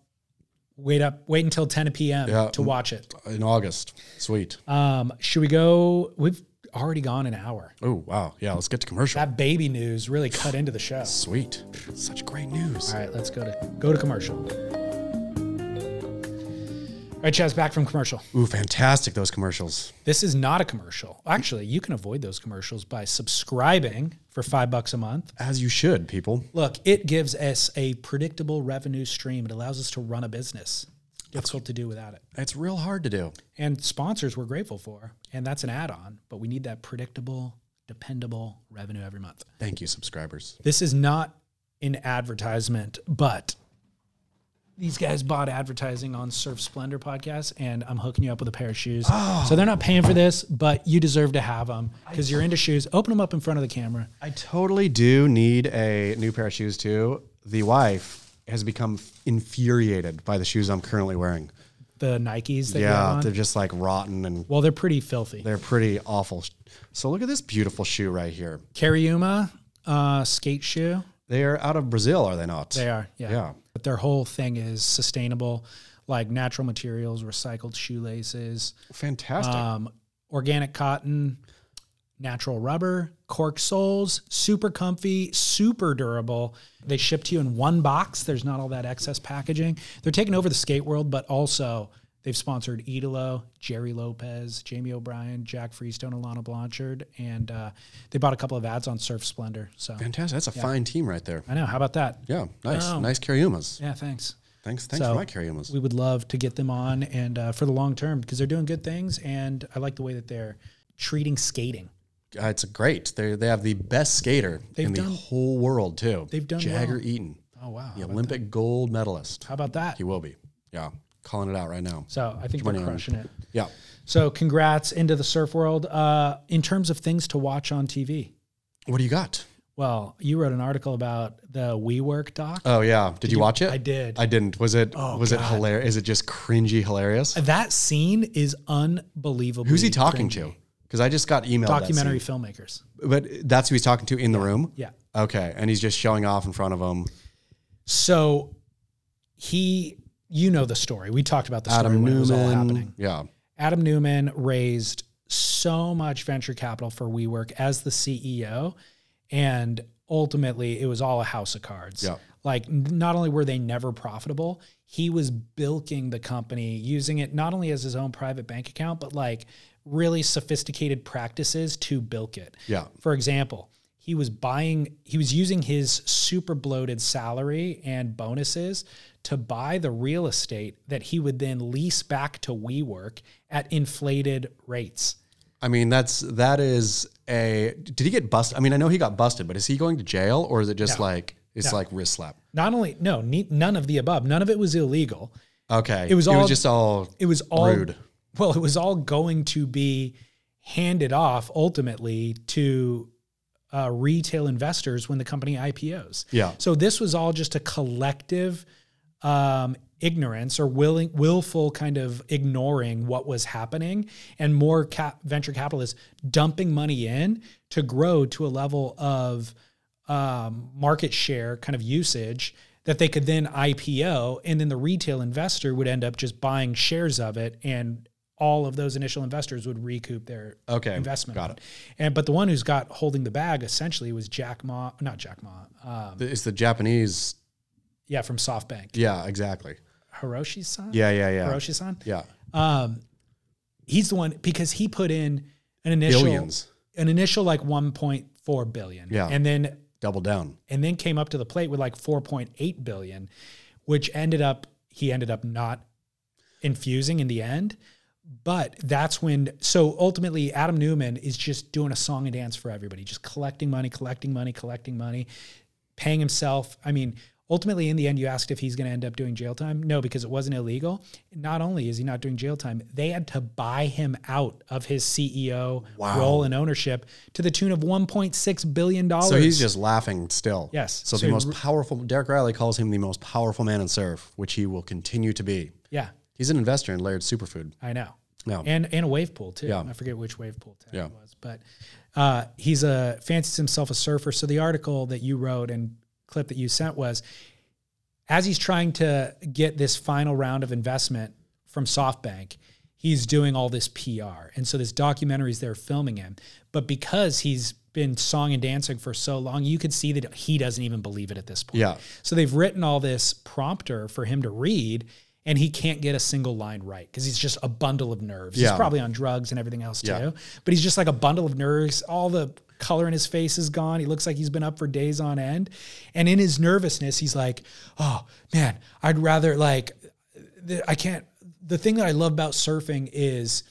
Speaker 1: wait up, wait until 10 p.m.
Speaker 2: Yeah.
Speaker 1: to watch it.
Speaker 2: In August, sweet.
Speaker 1: Um, should we go? We've already gone an hour.
Speaker 2: Oh wow, yeah. Let's get to commercial.
Speaker 1: That baby news really cut into the show.
Speaker 2: Sweet, such great news.
Speaker 1: All right, let's go to go to commercial. All right, Chaz, back from commercial.
Speaker 2: Ooh, fantastic those commercials.
Speaker 1: This is not a commercial. Actually, you can avoid those commercials by subscribing for five bucks a month.
Speaker 2: As you should, people.
Speaker 1: Look, it gives us a predictable revenue stream. It allows us to run a business. Difficult to do without it.
Speaker 2: It's real hard to do.
Speaker 1: And sponsors we're grateful for, and that's an add on, but we need that predictable, dependable revenue every month.
Speaker 2: Thank you, subscribers.
Speaker 1: This is not an advertisement, but these guys bought advertising on Surf Splendor podcast, and I'm hooking you up with a pair of shoes. So they're not paying for this, but you deserve to have them because you're into shoes. Open them up in front of the camera.
Speaker 2: I totally do need a new pair of shoes too. The wife has become infuriated by the shoes I'm currently wearing.
Speaker 1: The Nikes that you have
Speaker 2: Yeah,
Speaker 1: on.
Speaker 2: they're just like rotten and
Speaker 1: well, they're pretty filthy.
Speaker 2: they're pretty awful. So look at this beautiful shoe right here.
Speaker 1: Karyuma uh, skate shoe.
Speaker 2: They are out of Brazil, are they not?
Speaker 1: They are, yeah.
Speaker 2: Yeah.
Speaker 1: But their whole thing is sustainable, like natural materials, recycled shoelaces,
Speaker 2: Fantastic.
Speaker 1: um, organic cotton, natural rubber, cork soles, super comfy, super durable. They ship to you in one box. There's not all that excess packaging. They're taking over the skate world, but also They've sponsored Idolo, Jerry Lopez, Jamie O'Brien, Jack Freestone, Alana Blanchard, and uh, they bought a couple of ads on Surf Splendor. So
Speaker 2: Fantastic. That's a fine team right there.
Speaker 1: I know. How about that?
Speaker 2: Yeah. Nice.
Speaker 1: Oh.
Speaker 2: Nice Cariumas.
Speaker 1: Yeah, thanks.
Speaker 2: Thanks. Thanks
Speaker 1: So-
Speaker 2: for my Cariumas.
Speaker 1: We would love to get them on and uh, for the long term because they're doing good things, and I like the way that they're treating skating.
Speaker 2: Uh, it's great. They they have the best skater
Speaker 1: They've
Speaker 2: in
Speaker 1: done-
Speaker 2: the whole world too.
Speaker 1: they've done
Speaker 2: Jagger
Speaker 1: well.
Speaker 2: Eaton,
Speaker 1: Oh wow!
Speaker 2: the Olympic gold medalist.
Speaker 1: How about that?
Speaker 2: He will be. Yeah. Calling it out right now.
Speaker 1: So I think they're
Speaker 2: Money on-
Speaker 1: crushing it.
Speaker 2: Yeah.
Speaker 1: So congrats into the surf world. Uh, in terms of things to watch on TV,
Speaker 2: What do you got?
Speaker 1: well, you wrote an article about the WeWork doc.
Speaker 2: Oh yeah. Did, you, watch it?
Speaker 1: I did. Oh,
Speaker 2: I didn't. Was it was it hilarious? Is it just cringy hilarious?
Speaker 1: that scene is unbelievable.
Speaker 2: Who's he talking to? Because I just got emailed. that
Speaker 1: Documentary filmmakers.
Speaker 2: scene. but that's who he's talking to in the room.
Speaker 1: Yeah.
Speaker 2: Okay, and he's just showing off in front of him.
Speaker 1: So he, you know the story. We talked about the story
Speaker 2: Adam
Speaker 1: when
Speaker 2: Newman.
Speaker 1: it was all happening.
Speaker 2: Yeah.
Speaker 1: Adam Newman raised so much venture capital for WeWork as the CEO, and ultimately it was all a house of cards.
Speaker 2: Yeah.
Speaker 1: Like n- not only were they never profitable, he was bilking the company, using it not only as his own private bank account, but like really sophisticated practices to bilk it.
Speaker 2: Yeah.
Speaker 1: For example, he was buying, he was using his super bloated salary and bonuses to buy the real estate that he would then lease back to WeWork at inflated rates.
Speaker 2: I mean, that's that is a. Did he get busted? I mean, I know he got busted, but is he going to jail or is it just like it's like wrist slap?
Speaker 1: Not only, no, ne- none of the above, none of it was illegal.
Speaker 2: Okay.
Speaker 1: It was all-
Speaker 2: just all.
Speaker 1: It was all,
Speaker 2: Rude.
Speaker 1: well, it was all going to be handed off ultimately to uh, retail investors when the company IPOs.
Speaker 2: Yeah.
Speaker 1: So this was all just a collective um, ignorance or willing, willful kind of ignoring what was happening, and more cap, venture capitalists dumping money in to grow to a level of um, market share kind of usage that they could then IPO, and then the retail investor would end up just buying shares of it, and all of those initial investors would recoup their
Speaker 2: Okay.
Speaker 1: investment.
Speaker 2: Got
Speaker 1: on And but the one who's got holding the bag essentially was Jack Ma, not Jack Ma. Um,
Speaker 2: It's the Japanese.
Speaker 1: yeah, from SoftBank,
Speaker 2: Yeah. Exactly.
Speaker 1: Hiroshi-san.
Speaker 2: Yeah. Yeah. Yeah.
Speaker 1: Hiroshi-san.
Speaker 2: Yeah.
Speaker 1: He's the one because he put in an initial
Speaker 2: Billions.
Speaker 1: an initial like 1.4 billion.
Speaker 2: Yeah.
Speaker 1: And then
Speaker 2: Double down.
Speaker 1: and then came up to the plate with like 4.8 billion, which ended up he ended up not infusing in the end. But that's when so ultimately Adam Newman is just doing a song and dance for everybody, just collecting money, collecting money, collecting money, paying himself. I mean, ultimately in the end you asked if he's going to end up doing jail time. No, because it wasn't illegal. Not only is he not doing jail time, they had to buy him out of his CEO
Speaker 2: Wow.
Speaker 1: role and ownership to the tune of 1.6 billion dollars.
Speaker 2: So he's just laughing still.
Speaker 1: Yes.
Speaker 2: So,
Speaker 1: So
Speaker 2: the
Speaker 1: he
Speaker 2: most
Speaker 1: re-
Speaker 2: powerful, Derek Riley calls him the most powerful man in surf, which he will continue to be.
Speaker 1: yeah.
Speaker 2: He's an investor in Laird Superfood.
Speaker 1: I know.
Speaker 2: Yeah.
Speaker 1: And and a wave pool too.
Speaker 2: Yeah.
Speaker 1: I forget which wave pool town
Speaker 2: Yeah.
Speaker 1: it was, but uh, he's a fancies himself a surfer. So the article that you wrote and clip that you sent was as he's trying to get this final round of investment from SoftBank, he's doing all this PR. And so this documentary is there filming him. But because he's been song and dancing for so long, you could see that he doesn't even believe it at this point.
Speaker 2: Yeah.
Speaker 1: So they've written all this prompter for him to read, and he can't get a single line right because he's just a bundle of nerves.
Speaker 2: Yeah.
Speaker 1: He's probably on drugs and everything else
Speaker 2: Yeah.
Speaker 1: too, but he's just like a bundle of nerves. All the color in his face is gone. He looks like he's been up for days on end. And in his nervousness, he's like, oh man, I'd rather like, th- I can't. The thing that I love about surfing is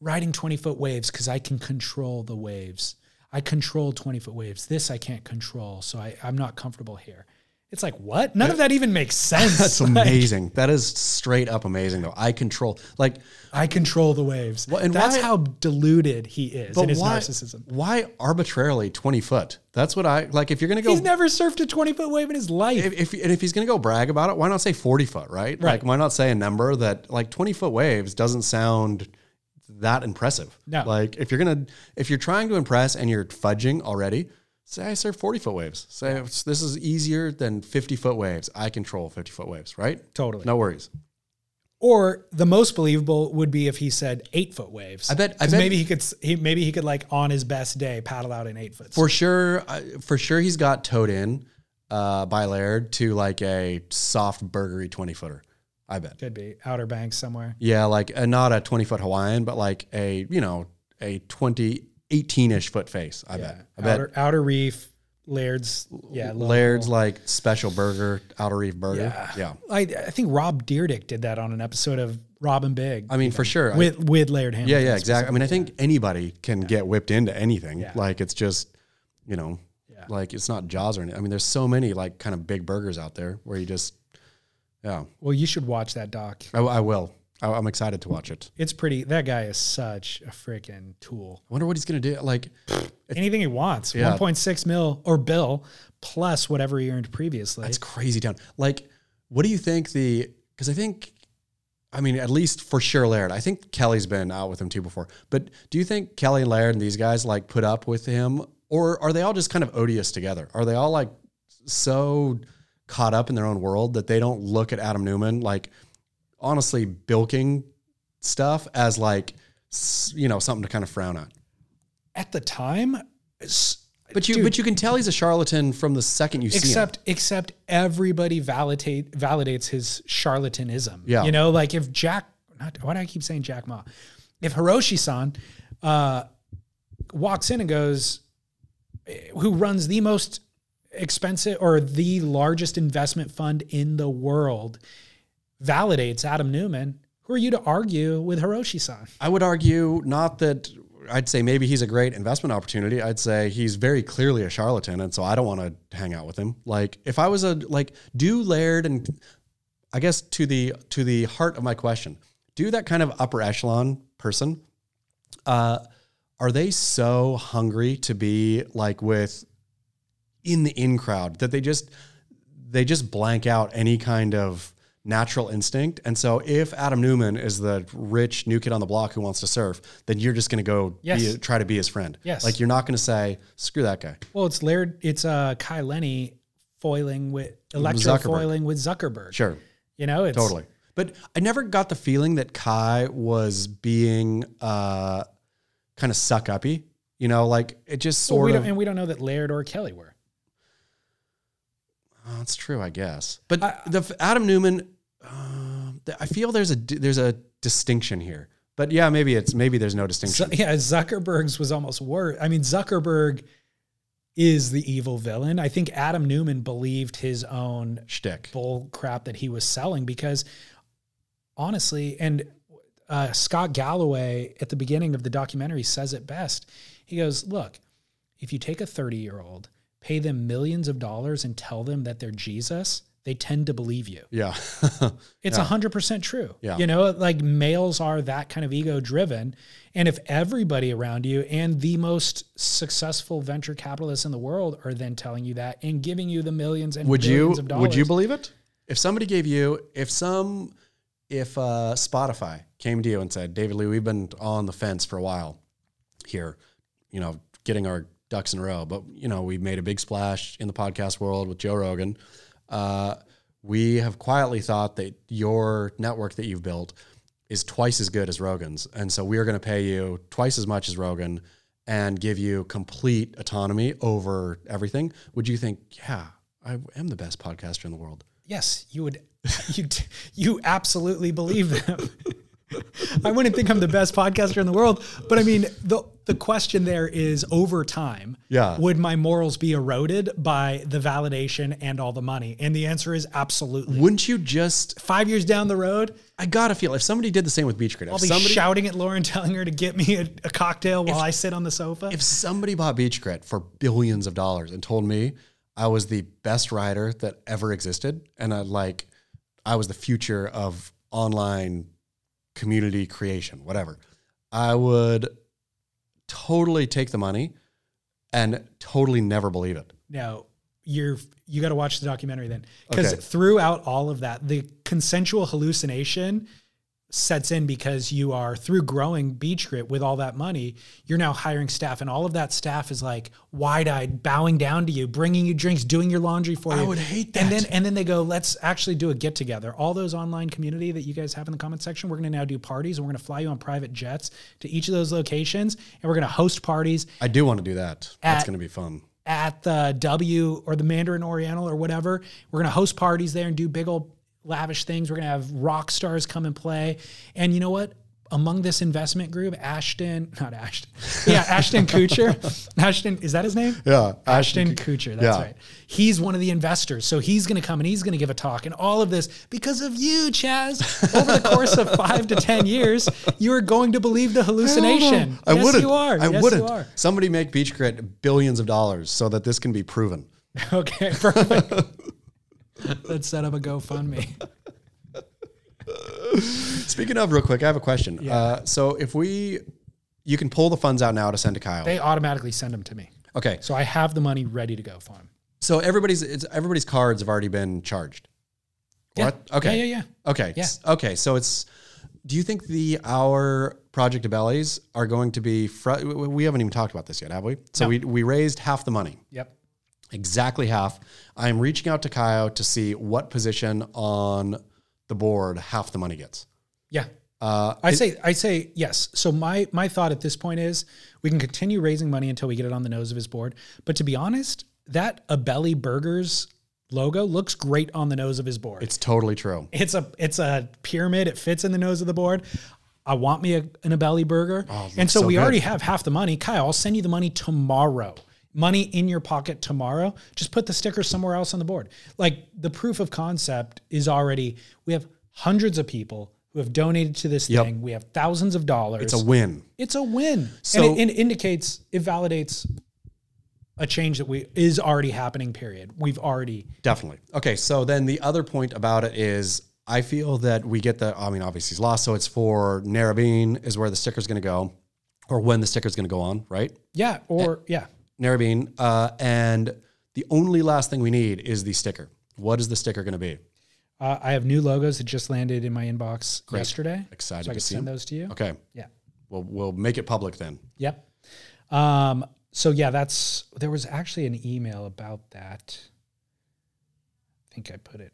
Speaker 1: riding 20 foot waves because I can control the waves. I control 20 foot waves. This I can't control. So I, I'm not comfortable here. It's like, what? None of that even makes sense.
Speaker 2: That's amazing. that is straight up amazing, though. I control, like,
Speaker 1: I control the waves.
Speaker 2: and
Speaker 1: That's
Speaker 2: why-
Speaker 1: how deluded he is in his
Speaker 2: why,
Speaker 1: narcissism.
Speaker 2: why arbitrarily 20 foot? That's what I, like, if you're going to go,
Speaker 1: He's never surfed a 20 foot wave in his life.
Speaker 2: if, if, and if he's going to go brag about it, why not say 40 foot, right? Like,
Speaker 1: Right.
Speaker 2: why not say a number that, like, 20 foot waves doesn't sound that impressive?
Speaker 1: No.
Speaker 2: Like, if you're going to, if you're trying to impress and you're fudging already, say I surf 40 foot waves. Say this is easier than 50 foot waves. I control 50 foot waves, right?
Speaker 1: totally.
Speaker 2: No worries.
Speaker 1: Or the most believable would be if he said eight foot waves.
Speaker 2: I bet- I
Speaker 1: 'Cause
Speaker 2: bet-
Speaker 1: maybe he could. s- He maybe he could like on his best day paddle out in eight foot.
Speaker 2: For sure, I- for sure, he's uh, got towed in uh, by Laird to like a soft burgery twenty footer. I bet.
Speaker 1: Could be Outer Banks somewhere.
Speaker 2: Yeah, like a, not a 20 foot Hawaiian, but like a, you know, a 20, 18 ish foot face. I bet. I bet
Speaker 1: outer, outer Reef, Laird's. Oh, Yeah, Lone
Speaker 2: Laird's like special burger, outer reef burger. Yeah.
Speaker 1: Yeah. I, I think Rob Deerdick did that on an episode of Robin Big
Speaker 2: I mean, for sure. I-
Speaker 1: with with Laird Hamilton.
Speaker 2: yeah, yeah, exactly. I mean, I think anybody can get whipped into anything. Like it's just, you know,
Speaker 1: Yeah.
Speaker 2: like it's not Jaws or anything. I mean, there's so many like kind of big burgers out there where you just, yeah,
Speaker 1: Well, you should watch that doc.
Speaker 2: I, I will. I, I'm excited to watch it.
Speaker 1: It's pretty. That guy is such a freaking tool.
Speaker 2: I wonder what he's going to do. Like,
Speaker 1: Anything he wants, 1.6 mil or bill plus whatever he earned previously.
Speaker 2: That's crazy town. Like, what do you think the? Because I think, I mean, at least for sure, Laird. I think Kelly's been out with him too before. But do you think Kelly and Laird and these guys like put up with him, or are they all just kind of odious together? Are they all like so caught up in their own world that they don't look at Adam Newman like honestly bilking stuff as like s- you know something to kind of frown at?
Speaker 1: At the time, s-
Speaker 2: But you
Speaker 1: Dude.
Speaker 2: but you can tell he's a charlatan from the second you see him.
Speaker 1: except except everybody validate validates his charlatanism.
Speaker 2: Yeah.
Speaker 1: you know, like if Jack, not, why do I keep saying Jack Ma? If Hiroshi-san uh, walks in and goes, eh, who runs the most expensive or the largest investment fund in the world, validates Adam Newman. Who are you to argue with Hiroshi-san?
Speaker 2: I would argue not that I'd say maybe he's a great investment opportunity. I'd say he's very clearly a charlatan, and so I don't want to hang out with him. Like if I was a like do Laird and I guess to the to the heart of my question, do that kind of upper echelon person, uh, are they so hungry to be like with in the in crowd that they just they just blank out any kind of natural instinct. And so if Adam Newman is the rich new kid on the block who wants to surf, then you're just going to go
Speaker 1: Yes.
Speaker 2: be, try to be his friend.
Speaker 1: Yes.
Speaker 2: Like you're not going to say, screw that guy.
Speaker 1: Well, it's Laird. It's uh, Kai Lenny foiling with electro
Speaker 2: Zuckerberg.
Speaker 1: foiling with Zuckerberg.
Speaker 2: Sure.
Speaker 1: You know, it's
Speaker 2: Totally. But I never got the feeling that Kai was being uh, kind of suck uppy, you know, like it just
Speaker 1: Well, we
Speaker 2: sort
Speaker 1: don't-
Speaker 2: of,
Speaker 1: and we don't know that Laird or Kelly were.
Speaker 2: Oh, that's true, I guess. But the f- Adam Newman, uh, th- I feel there's a di- there's a distinction here. But yeah, maybe it's maybe there's no distinction.
Speaker 1: So, yeah, Zuckerberg's was almost worse. I mean, Zuckerberg is the evil villain. I think Adam Newman believed his own
Speaker 2: Shtick.
Speaker 1: bull crap that he was selling because honestly, and uh, Scott Galloway at the beginning of the documentary says it best. He goes, Look, if you take a 30 year old, pay them millions of dollars, and tell them that they're Jesus, they tend to believe you.
Speaker 2: Yeah.
Speaker 1: It's a 100% true.
Speaker 2: Yeah.
Speaker 1: You know, like males are that kind of ego driven. And if everybody around you and the most successful venture capitalists in the world are then telling you that and giving you the millions and
Speaker 2: would you
Speaker 1: billions of dollars.
Speaker 2: would you believe it? If somebody gave you if some if uh, Spotify came to you and said, David Lee, we've been on the fence for a while here, you know, getting our ducks in a row, but you know, we've made a big splash in the podcast world with Joe Rogan. Uh, we have quietly thought that your network that you've built is twice as good as Rogan's. And so we are going to pay you twice as much as Rogan and give you complete autonomy over everything. Would you think, yeah, I am the best podcaster in the world?
Speaker 1: Yes, you would. You you absolutely believe them. I wouldn't think I'm the best podcaster in the world, but I mean the the question there is over time.
Speaker 2: Yeah.
Speaker 1: Would my morals be eroded by the validation and all the money? And the answer is absolutely.
Speaker 2: Wouldn't you just,
Speaker 1: Five years down the road,
Speaker 2: I got to feel if somebody did the same with Beach Grit, if
Speaker 1: I'll be
Speaker 2: somebody,
Speaker 1: shouting at Lauren, telling her to get me a, a cocktail while I sit on the sofa.
Speaker 2: if somebody bought Beach Grit for billions of dollars and told me I was the best writer that ever existed and I like I was the future of online community creation, whatever, I would totally take the money and totally never believe it.
Speaker 1: No, you're you got to watch the documentary then, because
Speaker 2: Okay.
Speaker 1: throughout all of that, the consensual hallucination sets in because you are through growing Beach Grit with all that money, you're now hiring staff, and all of that staff is like wide-eyed, bowing down to you, bringing you drinks, doing your laundry for you.
Speaker 2: would hate
Speaker 1: And then and then they go, let's actually do a get together. All those online community that you guys have in the comment section, we're going to now do parties, and we're going to fly you on private jets to each of those locations, and we're going to host parties
Speaker 2: I do want to do that. That's
Speaker 1: At-
Speaker 2: going to be fun.
Speaker 1: at the W or the Mandarin Oriental or whatever. We're going to host parties there and do big old lavish things. We're going to have rock stars come and play. And you know what? Among this investment group, Ashton, not Ashton, yeah, Ashton Kutcher. Ashton, is that his name?
Speaker 2: Yeah,
Speaker 1: Ashton Kutcher. That's
Speaker 2: yeah.
Speaker 1: right. He's one of the investors. So he's going to come and he's going to give a talk and all of this because of you, Chaz. Over the course of five to 10 years, you are going to believe the hallucination.
Speaker 2: I
Speaker 1: yes,
Speaker 2: wouldn't.
Speaker 1: you are.
Speaker 2: I
Speaker 1: yes,
Speaker 2: wouldn't.
Speaker 1: You are.
Speaker 2: Somebody make Beach Grit billions of dollars so that this can be proven.
Speaker 1: Okay, perfect. Let's set up a GoFundMe.
Speaker 2: Speaking of, real quick, I have a question. Uh, so if we, you can pull the funds out now to send to Kyle.
Speaker 1: They automatically send them to me.
Speaker 2: okay.
Speaker 1: So I have the money ready to go for him.
Speaker 2: So everybody's it's, everybody's cards have already been charged.
Speaker 1: Yeah.
Speaker 2: What? Okay.
Speaker 1: Yeah, yeah, yeah.
Speaker 2: Okay.
Speaker 1: Yeah.
Speaker 2: Okay. So it's. Do you think the our project abellis are going to be? Fr- we we haven't even talked about this yet, have we? So we we raised half the money.
Speaker 1: Yep.
Speaker 2: exactly half. I'm reaching out to Kyle to see what position on the board half the money gets.
Speaker 1: Yeah.
Speaker 2: Uh,
Speaker 1: I say I say yes. So my my thought at this point is we can continue raising money until we get it on the nose of his board. But to be honest, that Abelli Burgers logo looks great on the nose of his board.
Speaker 2: it's totally true.
Speaker 1: It's a it's a pyramid. It fits in the nose of the board. I want me a, an Abelli burger. and so,
Speaker 2: Oh, so
Speaker 1: we
Speaker 2: good.
Speaker 1: already have half the money. Kyle, I'll send you the money tomorrow. Money in your pocket tomorrow. Just put the sticker somewhere else on the board. Like the proof of concept is already we have hundreds of people who have donated to this
Speaker 2: Yep.
Speaker 1: thing. We have thousands of dollars.
Speaker 2: It's a win.
Speaker 1: It's a win.
Speaker 2: So-
Speaker 1: and it, it indicates, it validates a change that we is already happening, period. We've already
Speaker 2: Definitely. Okay, so then the other point about it is I feel that we get the, I mean, obviously he's lost, so it's for Narrabeen is where the sticker's going to go or when the sticker's going to go on, right?
Speaker 1: Yeah. Or yeah.
Speaker 2: Narrabeen. Uh, and the only last thing we need is the sticker. What is the sticker going to be?
Speaker 1: Uh, I have new logos that just landed in my inbox yesterday.
Speaker 2: Excited
Speaker 1: so I
Speaker 2: to
Speaker 1: can
Speaker 2: see
Speaker 1: send those to you.
Speaker 2: Okay,
Speaker 1: Yeah.
Speaker 2: well, we'll make it public then.
Speaker 1: Yep. Um, so yeah, that's there was actually an email about that. I think I put it.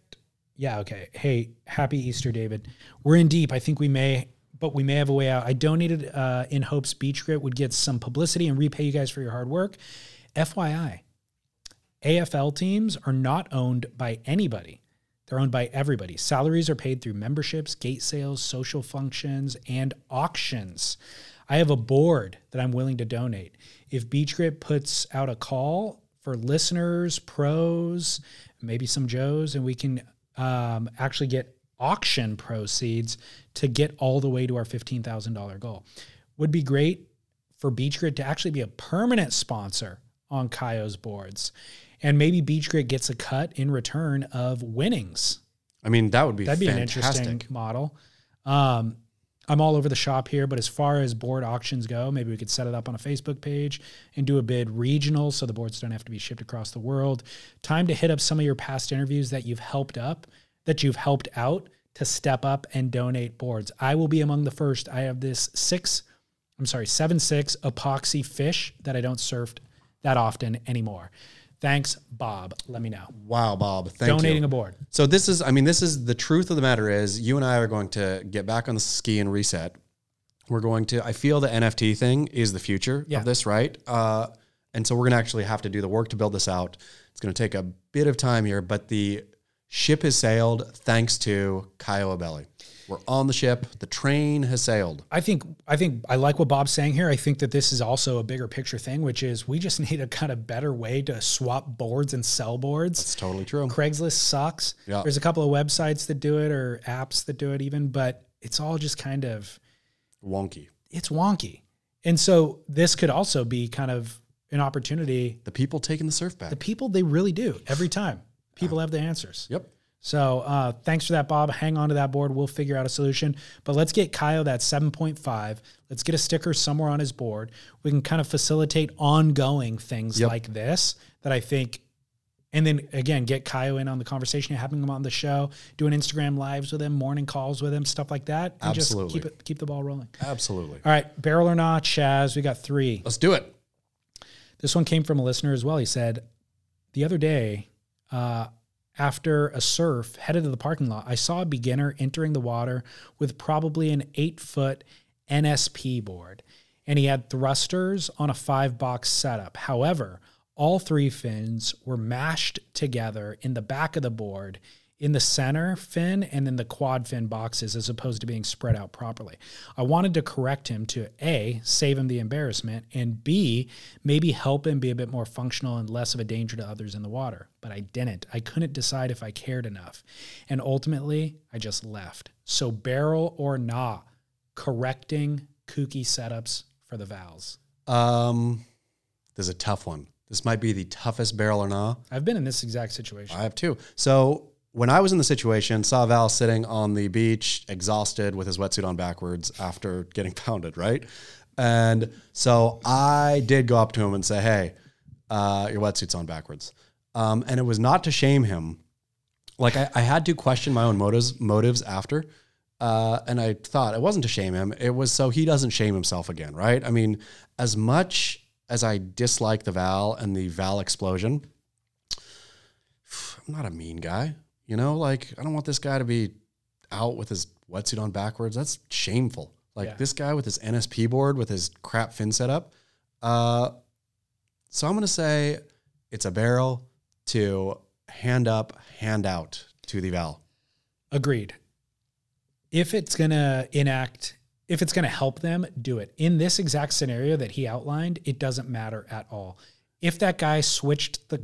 Speaker 1: Yeah, okay. Hey, happy Easter, David. We're in deep. I think we may, but we may have a way out. I donated uh, in hopes Beach Grit would get some publicity and repay you guys for your hard work. FYI, AFL teams are not owned by anybody. They're owned by everybody. Salaries are paid through memberships, gate sales, social functions, and auctions. I have a board that I'm willing to donate. If Beach Grip puts out a call for listeners, pros, maybe some Joes, and we can um, actually get auction proceeds to get all the way to our $15,000 goal, would be great for Beach Grit to actually be a permanent sponsor on Kyo's boards. And maybe Beach Grit gets a cut in return of winnings.
Speaker 2: I mean, that would be
Speaker 1: That'd be
Speaker 2: fantastic.
Speaker 1: an interesting model. Um, I'm all over the shop here, but as far as board auctions go, maybe we could set it up on a Facebook page and do a bid regional so the boards don't have to be shipped across the world. Time to hit up some of your past interviews that you've helped up, that you've helped out to step up and donate boards. I will be among the first. I have this six, I'm sorry, seven six epoxy fish that I don't surf that often anymore. Thanks, Bob. Let me know.
Speaker 2: Wow, Bob. Thank
Speaker 1: Donating
Speaker 2: you.
Speaker 1: a board.
Speaker 2: so this is, I mean, this is the truth of the matter is you and I are going to get back on the ski and reset. We're going to, I feel the NFT thing is the future
Speaker 1: Yeah.
Speaker 2: of this, right? Uh, and so we're going to actually have to do the work to build this out. It's going to take a bit of time here, but the ship has sailed thanks to Kyle Belly. We're on the ship. The train has sailed.
Speaker 1: I think I think I like what Bob's saying here. I think that this is also a bigger picture thing, which is we just need a kind of better way to swap boards and sell boards.
Speaker 2: It's totally true.
Speaker 1: Craigslist sucks.
Speaker 2: Yeah.
Speaker 1: There's a couple of websites that do it or apps that do it even, but it's all just kind of
Speaker 2: Wonky.
Speaker 1: it's wonky. And so this could also be kind of an opportunity.
Speaker 2: The people taking the surf back.
Speaker 1: The people they really do every time. People have the answers.
Speaker 2: yep.
Speaker 1: So uh, thanks for that, Bob. Hang on to that board. We'll figure out a solution. But let's get Kyle that 7.5. Let's get a sticker somewhere on his board. We can kind of facilitate ongoing things
Speaker 2: Yep.
Speaker 1: like this that I think. And then again, get Kyle in on the conversation, having him on the show, doing Instagram lives with him, morning calls with him, stuff like that. And
Speaker 2: Absolutely.
Speaker 1: just keep it keep the ball rolling.
Speaker 2: Absolutely.
Speaker 1: All right, barrel or not, Chaz, we got three.
Speaker 2: Let's do it.
Speaker 1: This one came from a listener as well. He said, The other day, uh, after a surf, headed to the parking lot, I saw a beginner entering the water with probably an eight foot NSP board, and he had thrusters on a five box setup. However, all three fins were mashed together in the back of the board in the center fin and then the quad fin boxes as opposed to being spread out properly. I wanted to correct him to A, save him the embarrassment, and B, maybe help him be a bit more functional and less of a danger to others in the water. But I didn't. I couldn't decide if I cared enough. And ultimately, I just left. So, barrel or nah, correcting kooky setups for the valves.
Speaker 2: Um, this is a tough one. This might be the toughest barrel or not.
Speaker 1: I've been in this exact situation.
Speaker 2: I have two. So when I was in the situation, saw Val sitting on the beach, exhausted with his wetsuit on backwards after getting pounded, right? And so I did go up to him and say, "Hey, uh, your wetsuit's on backwards," um, and it was not to shame him. Like I, I had to question my own motives motives after, uh, and I thought it wasn't to shame him. It was so he doesn't shame himself again, right? I mean, as much as I dislike the Val and the Val explosion, I'm not a mean guy. You know, like I don't want this guy to be out with his wetsuit on backwards. That's shameful. Like
Speaker 1: Yeah.
Speaker 2: this guy with his NSP board with his crap fin setup. Uh, so I'm gonna say it's a barrel to hand up, hand out to the Val.
Speaker 1: Agreed. If it's going to enact, if it's going to help them, do it. In this exact scenario that he outlined, it doesn't matter at all. If that guy switched the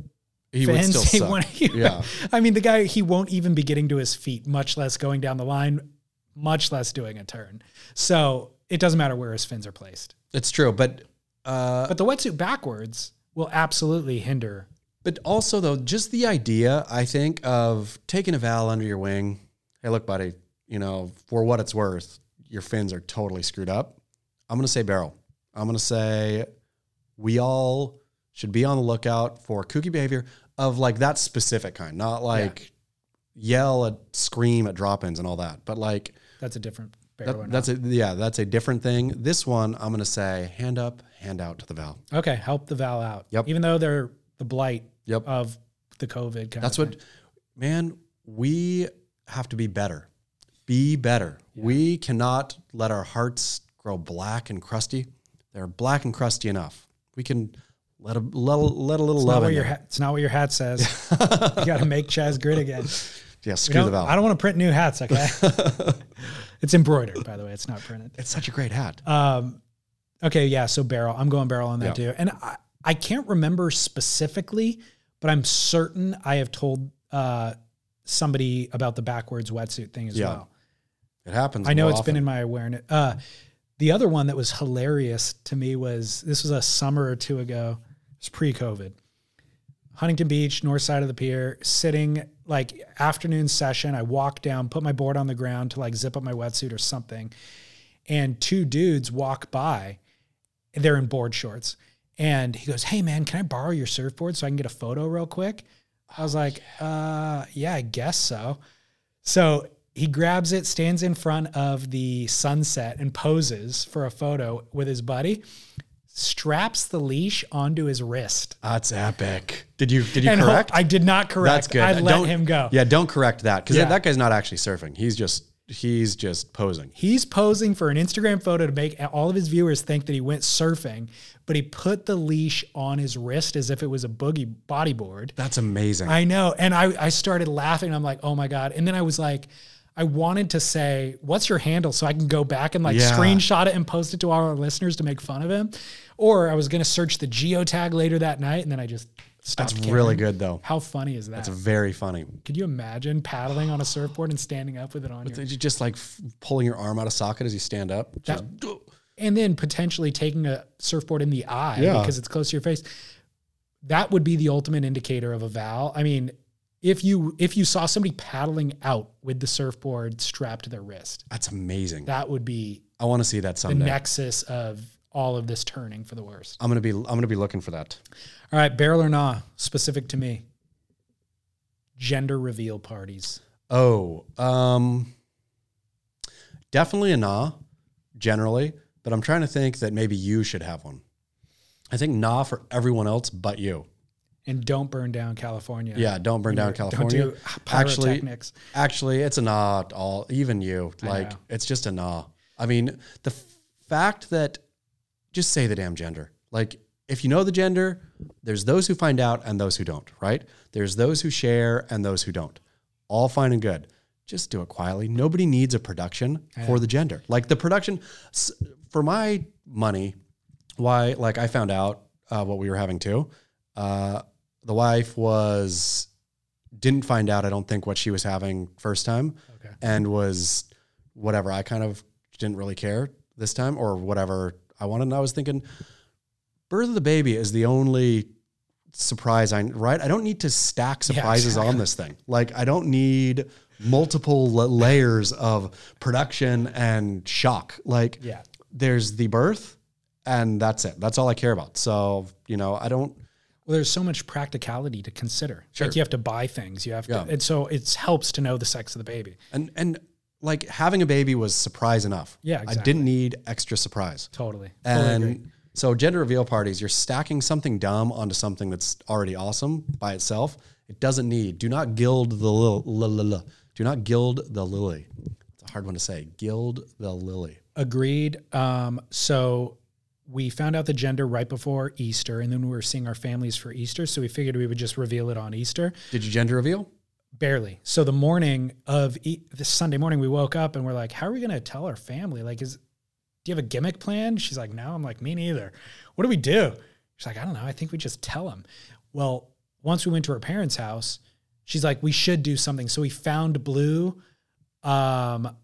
Speaker 2: He would
Speaker 1: fence,
Speaker 2: still
Speaker 1: he
Speaker 2: suck.
Speaker 1: won't- he-
Speaker 2: Yeah.
Speaker 1: I mean, the guy, he won't even be getting to his feet, much less going down the line, much less doing a turn. So it doesn't matter where his fins are placed.
Speaker 2: It's true, but uh,
Speaker 1: But the wetsuit backwards will absolutely hinder.
Speaker 2: But also, though, just the idea, I think, of taking a Val under your wing. Hey, look, buddy, you know, for what it's worth, your fins are totally screwed up. I'm going to say barrel. I'm going to say we all should be on the lookout for kooky behavior of like that specific kind, not like yell at, scream at drop ins and all that, but like
Speaker 1: That's a different barrier.
Speaker 2: that- that's a, yeah, that's a different thing. This one, I'm going to say hand up, hand out to the Val.
Speaker 1: Okay, help the Val out.
Speaker 2: Yep.
Speaker 1: Even though they're the blight
Speaker 2: Yep.
Speaker 1: of the COVID. Kind
Speaker 2: That's
Speaker 1: of
Speaker 2: what, man, we have to be better. Be better. We cannot let our hearts grow black and crusty. They're black and crusty enough. We can let a, let a, let a little
Speaker 1: Not
Speaker 2: love
Speaker 1: what
Speaker 2: in.
Speaker 1: your
Speaker 2: there.
Speaker 1: hat, it's not what your hat says. you got to make Chaz grit again.
Speaker 2: yeah,
Speaker 1: You
Speaker 2: screw
Speaker 1: know,
Speaker 2: the valve.
Speaker 1: I don't want to print new hats. Okay, it's embroidered by the way. It's not printed.
Speaker 2: it's such a great hat.
Speaker 1: Um, okay, yeah. So barrel, I'm going barrel on that too. And I, I can't remember specifically, but I'm certain I have told uh, somebody about the backwards wetsuit thing as
Speaker 2: Yeah.
Speaker 1: well.
Speaker 2: it happens.
Speaker 1: I know
Speaker 2: more
Speaker 1: it's
Speaker 2: often.
Speaker 1: been in my awareness. Uh, the other one that was hilarious to me was this was a summer or two ago. It's pre-COVID. Huntington Beach, north side of the pier, sitting like afternoon session. I walk down, put my board on the ground to like zip up my wetsuit or something, and two dudes walk by. They're in board shorts, and he goes, "Hey man, can I borrow your surfboard so I can get a photo real quick?" I was like, "Uh, yeah, I guess so." So he grabs it, stands in front of the sunset, and poses for a photo with his buddy. Straps the leash onto his wrist.
Speaker 2: That's epic. Did you did you
Speaker 1: And ho-
Speaker 2: correct?
Speaker 1: I did not correct.
Speaker 2: That's good. Uh,
Speaker 1: I let
Speaker 2: Don't-
Speaker 1: him go.
Speaker 2: Yeah, don't correct that because
Speaker 1: Yeah.
Speaker 2: that guy's not actually surfing. He's just he's just posing.
Speaker 1: He's posing for an Instagram photo to make all of his viewers think that he went surfing, but he put the leash on his wrist as if it was a boogie bodyboard.
Speaker 2: That's amazing.
Speaker 1: I know. And I, I started laughing. I'm like, oh my God. And then I was like, I wanted to say, what's your handle? So I can go back and like
Speaker 2: Yeah.
Speaker 1: screenshot it and post it to all our listeners to make fun of him. Or I was going to search the geotag later that night. And then I just stopped.
Speaker 2: That's
Speaker 1: caring.
Speaker 2: really good though.
Speaker 1: How funny is that?
Speaker 2: It's very funny.
Speaker 1: Could you imagine paddling on a surfboard and standing up with it on your
Speaker 2: Did you just like f- pulling your arm out of socket as you stand up? Just-
Speaker 1: and then potentially taking a surfboard in the eye
Speaker 2: Yeah.
Speaker 1: because it's close to your face that would be the ultimate indicator of a val i mean if you if you saw somebody paddling out with the surfboard strapped to their wrist
Speaker 2: that's amazing.
Speaker 1: that would be
Speaker 2: I want to see that
Speaker 1: the
Speaker 2: someday.
Speaker 1: nexus of all of this turning for the worst
Speaker 2: I'm gonna be I'm gonna be looking for that.
Speaker 1: all right barrel or nah specific to me gender reveal parties
Speaker 2: Oh, um, definitely a nah, generally. But I'm trying to think that maybe you should have one. I think nah for everyone else but you.
Speaker 1: and don't burn down california
Speaker 2: Yeah, don't burn down
Speaker 1: don't
Speaker 2: California.
Speaker 1: do pyrotechnics
Speaker 2: Actually, it's a nah at all. Even you, like,
Speaker 1: know.
Speaker 2: it's just a nah. I mean, the f- fact that just say the damn gender. Like, if you know the gender, there's those who find out and those who don't, right? There's those who share and those who don't. all fine and good. Just do it quietly. Nobody needs a production for the gender. Like the production, s- for my money, why, like I found out uh, what we were having too. Uh, the wife was, didn't find out, I don't think, what she was having first time
Speaker 1: Okay.
Speaker 2: and was whatever. I kind of didn't really care this time or whatever I wanted. And I was thinking, birth of the baby is the only surprise I right. I don't need to stack surprises on this thing. Like I don't need multiple la- layers of production and shock. Like
Speaker 1: Yeah.
Speaker 2: there's the birth, and that's it. That's all I care about. So you know, I don't.
Speaker 1: Well, there's so much practicality to consider.
Speaker 2: Sure.
Speaker 1: Like you have to buy things. You have
Speaker 2: Yeah.
Speaker 1: to, and so it helps to know the sex of the baby.
Speaker 2: And and like having a baby was surprise enough.
Speaker 1: Yeah,
Speaker 2: I
Speaker 1: exactly.
Speaker 2: didn't need extra surprise.
Speaker 1: Totally. Totally agree.
Speaker 2: And so gender reveal parties, you're stacking something dumb onto something that's already awesome by itself. It doesn't need. Do not gild the lil, li- li- li- Do not gild the lily. It's a hard one to say. Gild the lily.
Speaker 1: Agreed. Um, so we found out the gender right before Easter, and then we were seeing our families for Easter. So we figured we would just reveal it on Easter.
Speaker 2: Did you gender reveal?
Speaker 1: Barely. So the morning of e- this Sunday morning, we woke up and we're like, "How are we going to tell our family? Like, is do you have a gimmick plan?" She's like, "No." I'm like, "Me neither." What do we do? She's like, "I don't know. I think we just tell them." Well, once we went to her parents' house, she's like, "We should do something." So we found blue, um,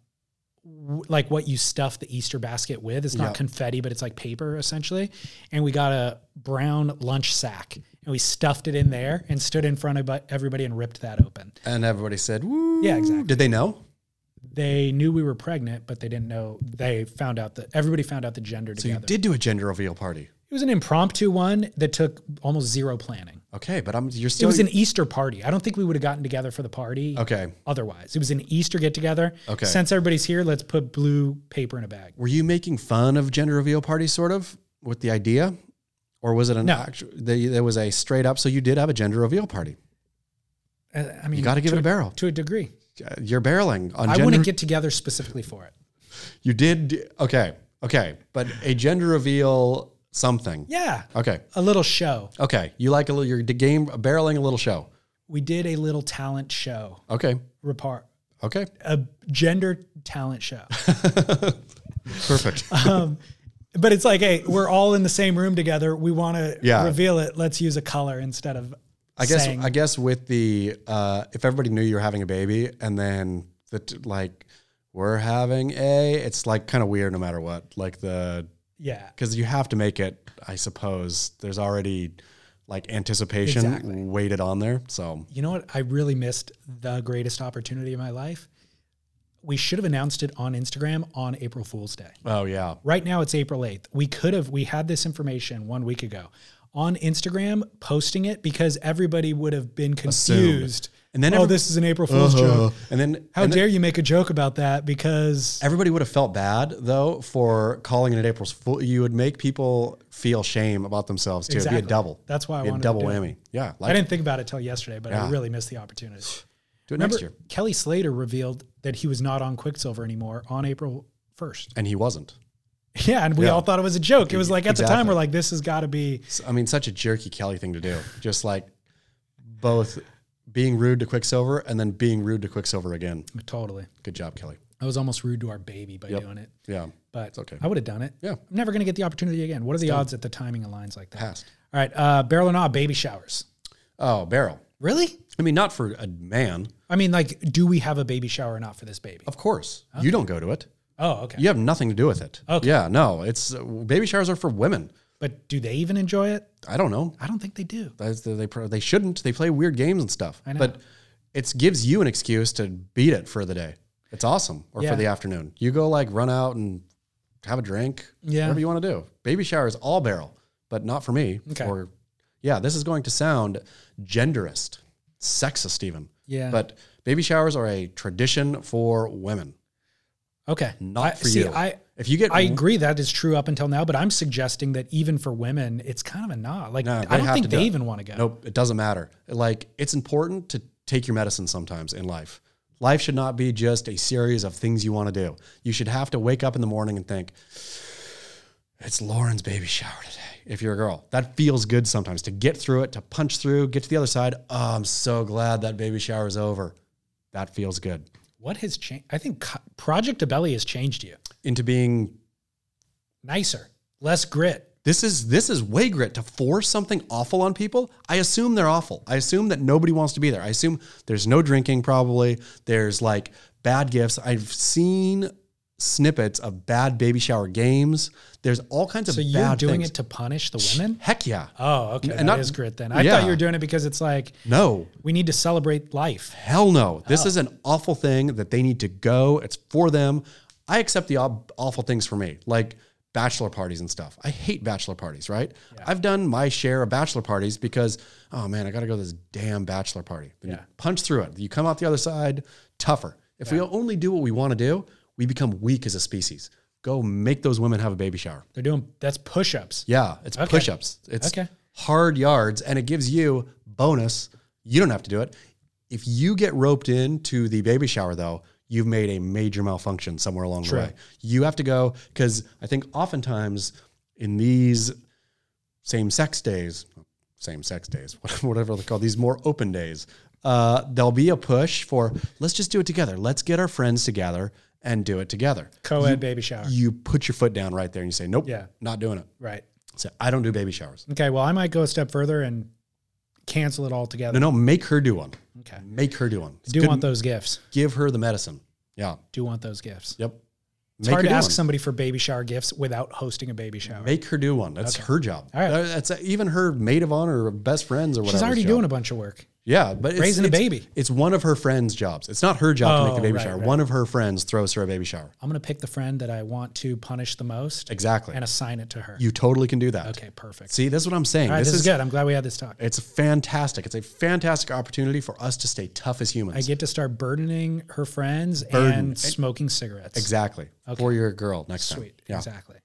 Speaker 1: w- like what you stuff the Easter basket with. It's not
Speaker 2: Yeah.
Speaker 1: confetti, but it's like paper essentially. And we got a brown lunch sack and we stuffed it in there and stood in front of bu- everybody and ripped that open
Speaker 2: And everybody said, Woo.
Speaker 1: Yeah, exactly.
Speaker 2: Did they know?
Speaker 1: they knew we were pregnant, but they didn't know. They found out that everybody found out the gender
Speaker 2: So you
Speaker 1: together.
Speaker 2: did do a gender reveal party.
Speaker 1: It was an impromptu one that took almost zero planning.
Speaker 2: Okay, but I'm you're
Speaker 1: It
Speaker 2: still
Speaker 1: was an Easter party. I don't think we would have gotten together for the party
Speaker 2: Okay.
Speaker 1: otherwise. It was an Easter get together.
Speaker 2: Okay.
Speaker 1: Since everybody's here, let's put blue paper in a bag.
Speaker 2: Were you making fun of gender reveal party sort of with the idea? Or was it an
Speaker 1: No.
Speaker 2: actual they, there was a straight up so you did have a gender reveal party.
Speaker 1: Uh, I mean,
Speaker 2: You got to give
Speaker 1: to
Speaker 2: it a barrel.
Speaker 1: to a degree.
Speaker 2: You're barreling on
Speaker 1: I
Speaker 2: gender
Speaker 1: wouldn't get together specifically for it.
Speaker 2: You did okay, okay, but a gender reveal something.
Speaker 1: Yeah.
Speaker 2: Okay,
Speaker 1: A little show.
Speaker 2: okay. You like a little your game barreling a little show.
Speaker 1: We did a little talent show,
Speaker 2: Okay,
Speaker 1: repart,
Speaker 2: okay,
Speaker 1: a gender talent show.
Speaker 2: perfect.
Speaker 1: But it's like, hey, we're all in the same room together. We want to
Speaker 2: Yeah.
Speaker 1: reveal it. Let's use a color instead of
Speaker 2: I guess
Speaker 1: saying,
Speaker 2: I guess with the uh, if everybody knew you were having a baby and then the t- like we're having a, it's like kind of weird no matter what. Like the
Speaker 1: yeah,
Speaker 2: because you have to make it. I suppose there's already like anticipation
Speaker 1: Exactly.
Speaker 2: weighted on there. So
Speaker 1: you know what? I really missed the greatest opportunity of my life. We should have announced it on Instagram on April Fool's Day.
Speaker 2: oh yeah,
Speaker 1: Right now it's April 8th. We could have, we had this information one week ago on Instagram posting it because everybody would have been confused.
Speaker 2: And then
Speaker 1: oh,
Speaker 2: every- Uh-huh.
Speaker 1: this is an April Fool's joke.
Speaker 2: and then
Speaker 1: How dare you make a joke about that? Because
Speaker 2: Everybody would have felt bad though for calling it an April's Fool. You would make people feel shame about themselves too. It'd be
Speaker 1: Exactly.
Speaker 2: a double.
Speaker 1: That's why I
Speaker 2: It'd be a
Speaker 1: wanted to
Speaker 2: double
Speaker 1: do it.
Speaker 2: whammy. Yeah,
Speaker 1: I
Speaker 2: like it.
Speaker 1: didn't think about it till yesterday, but
Speaker 2: Yeah.
Speaker 1: I really missed the opportunity.
Speaker 2: do it
Speaker 1: Remember,
Speaker 2: next year.
Speaker 1: Kelly Slater revealed that he was not on Quicksilver anymore on April 1st.
Speaker 2: And he wasn't.
Speaker 1: Yeah, and we
Speaker 2: Yeah.
Speaker 1: all thought it was a joke. It was like at the time
Speaker 2: Exactly.
Speaker 1: we're like, this has got to be
Speaker 2: So, I mean, such a jerky Kelly thing to do. Just like both being rude to Quicksilver and then being rude to Quicksilver again.
Speaker 1: totally.
Speaker 2: Good job, Kelly.
Speaker 1: I was almost rude to our baby by doing it,
Speaker 2: Yeah,
Speaker 1: but
Speaker 2: okay.
Speaker 1: I would have done it.
Speaker 2: Yeah.
Speaker 1: I'm never gonna get the opportunity again. What are the odds that the timing aligns like that?
Speaker 2: passed.
Speaker 1: All right, uh, barrel or not, baby showers.
Speaker 2: Oh, barrel.
Speaker 1: Really?
Speaker 2: I mean, not for a man,
Speaker 1: I mean, like, do we have a baby shower or not for this baby?
Speaker 2: of course. You don't go to it.
Speaker 1: Oh, okay.
Speaker 2: You have nothing to do with it.
Speaker 1: Okay.
Speaker 2: Yeah, no. It's uh, baby showers are for women.
Speaker 1: But do they even enjoy it?
Speaker 2: I don't know.
Speaker 1: I don't think they do.
Speaker 2: That's the, they pro- they shouldn't. They play weird games and stuff.
Speaker 1: know.
Speaker 2: But it gives you an excuse to beat it for the day. It's awesome, or
Speaker 1: Yeah.
Speaker 2: for the afternoon. You go like run out and have a drink.
Speaker 1: Yeah.
Speaker 2: whatever you want to do. Baby shower is all barrel, but not for me.
Speaker 1: Okay.
Speaker 2: Or yeah, this is going to sound genderist, sexist even.
Speaker 1: Yeah.
Speaker 2: But baby showers are a tradition for women,
Speaker 1: Okay.
Speaker 2: not
Speaker 1: I-
Speaker 2: for
Speaker 1: see,
Speaker 2: you.
Speaker 1: I
Speaker 2: if you get
Speaker 1: I agree that is true up until now, but I'm suggesting that even for women, it's kind of a not. Like
Speaker 2: No, they
Speaker 1: I don't
Speaker 2: have
Speaker 1: think
Speaker 2: to do
Speaker 1: they
Speaker 2: it.
Speaker 1: even want to go.
Speaker 2: Nope, it doesn't matter. Like it's important to take your medicine sometimes in life. Life should not be just a series of things you want to do. You should have to wake up in the morning and think, it's Lauren's baby shower today. If you're a girl, that feels good sometimes to get through it, to punch through, get to the other side. Oh, I'm so glad that baby shower is over. that feels good
Speaker 1: What has changed? I think co- Project Abelli has changed you.
Speaker 2: into being
Speaker 1: Nicer, less grit.
Speaker 2: this is this is way grit to force something awful on people i assume they're awful i assume that nobody wants to be there i assume there's no drinking probably there's like bad gifts i've seen snippets of bad baby shower games there's all kinds of
Speaker 1: So you're
Speaker 2: bad
Speaker 1: doing
Speaker 2: things
Speaker 1: it to punish the women?
Speaker 2: heck yeah
Speaker 1: Oh, okay. That is
Speaker 2: not-
Speaker 1: grit then. I
Speaker 2: yeah.
Speaker 1: thought you were doing it because it's like
Speaker 2: no
Speaker 1: we need to celebrate life.
Speaker 2: hell no this is an awful thing that they need to go it's for them i accept the aw- awful things for me like bachelor parties and stuff i hate bachelor parties right i've done my share of bachelor parties because oh man i gotta go to this damn bachelor party Then you punch through it you come out the other side tougher if we only do what we want to do we become weak as a species go make those women have a baby shower
Speaker 1: They're doing that's push-ups.
Speaker 2: yeah, it's push-ups. It's
Speaker 1: Okay.
Speaker 2: hard yards, and it gives you bonus. You don't have to do it. If you get roped into the baby shower, though, you've made a major malfunction somewhere along the way. You have to go because I think oftentimes in these same sex days, same sex days, whatever they're called, these more open days, uh, there'll be a push for let's just do it together. Let's get our friends together and do it together.
Speaker 1: Co-ed baby shower.
Speaker 2: You put your foot down right there and you say, nope,
Speaker 1: Yeah.
Speaker 2: not doing it.
Speaker 1: right.
Speaker 2: So I don't do baby showers.
Speaker 1: Okay, well, I might go a step further and cancel it altogether.
Speaker 2: No, no, make her do one.
Speaker 1: Okay.
Speaker 2: Make her do one. It's
Speaker 1: do
Speaker 2: good-
Speaker 1: want those gifts.
Speaker 2: Give her the medicine. Yeah.
Speaker 1: Do want those gifts.
Speaker 2: Yep. Make
Speaker 1: It's hard to
Speaker 2: do
Speaker 1: ask
Speaker 2: one.
Speaker 1: somebody for baby shower gifts without hosting a baby shower.
Speaker 2: Make her do one. That's her job.
Speaker 1: All right.
Speaker 2: Uh, That's even her maid of honor or best friends or whatever.
Speaker 1: She's already doing a bunch of work.
Speaker 2: Yeah, but it's,
Speaker 1: Raising a
Speaker 2: it's-
Speaker 1: baby.
Speaker 2: It's one of her friends' jobs. It's not her job to make
Speaker 1: Oh,
Speaker 2: the baby
Speaker 1: right,
Speaker 2: shower.
Speaker 1: right.
Speaker 2: One of her friends throws her a baby shower.
Speaker 1: I'm going to pick the friend that I want to punish the most
Speaker 2: Exactly.
Speaker 1: and assign it to her.
Speaker 2: you totally can do that.
Speaker 1: okay, perfect.
Speaker 2: See, that's what I'm saying.
Speaker 1: All right,
Speaker 2: this, is,
Speaker 1: good. I'm glad we had this talk.
Speaker 2: it's fantastic. It's a fantastic opportunity for us to stay tough as humans.
Speaker 1: I get to start burdening her friends and smoking cigarettes.
Speaker 2: exactly. For your girl next time.
Speaker 1: Sweet.
Speaker 2: Yeah.
Speaker 1: Exactly.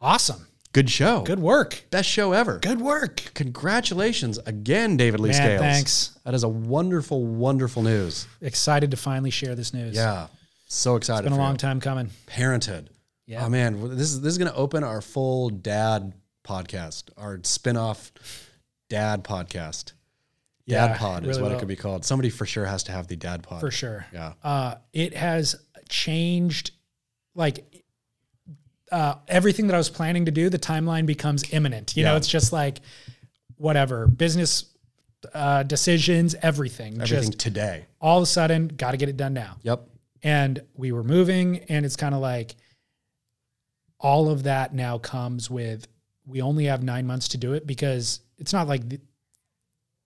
Speaker 1: Awesome.
Speaker 2: Good show.
Speaker 1: Good work.
Speaker 2: Best show ever.
Speaker 1: Good work.
Speaker 2: Congratulations again, David Lee
Speaker 1: Man,
Speaker 2: Scales.
Speaker 1: thanks.
Speaker 2: That is a wonderful, wonderful news.
Speaker 1: Excited to finally share this news.
Speaker 2: Yeah. So excited.
Speaker 1: It's been a
Speaker 2: for
Speaker 1: long
Speaker 2: you.
Speaker 1: time coming.
Speaker 2: Parenthood.
Speaker 1: Yeah.
Speaker 2: Oh man, this is this is gonna open our full dad podcast, our spin-off dad podcast. Dad
Speaker 1: Yeah,
Speaker 2: pod
Speaker 1: it
Speaker 2: is
Speaker 1: really
Speaker 2: what it
Speaker 1: will.
Speaker 2: could be called. Somebody for sure has to have the dad pod.
Speaker 1: For sure.
Speaker 2: Yeah.
Speaker 1: Uh, it has changed like uh, everything that I was planning to do, the timeline becomes imminent. You know,
Speaker 2: Yeah.
Speaker 1: it's just like whatever business uh, decisions, everything,
Speaker 2: Everything
Speaker 1: just
Speaker 2: today.
Speaker 1: all of a sudden got to get it done now.
Speaker 2: Yep.
Speaker 1: and we were moving and it's kind of like all of that now comes with we only have nine months to do it because it's not like the,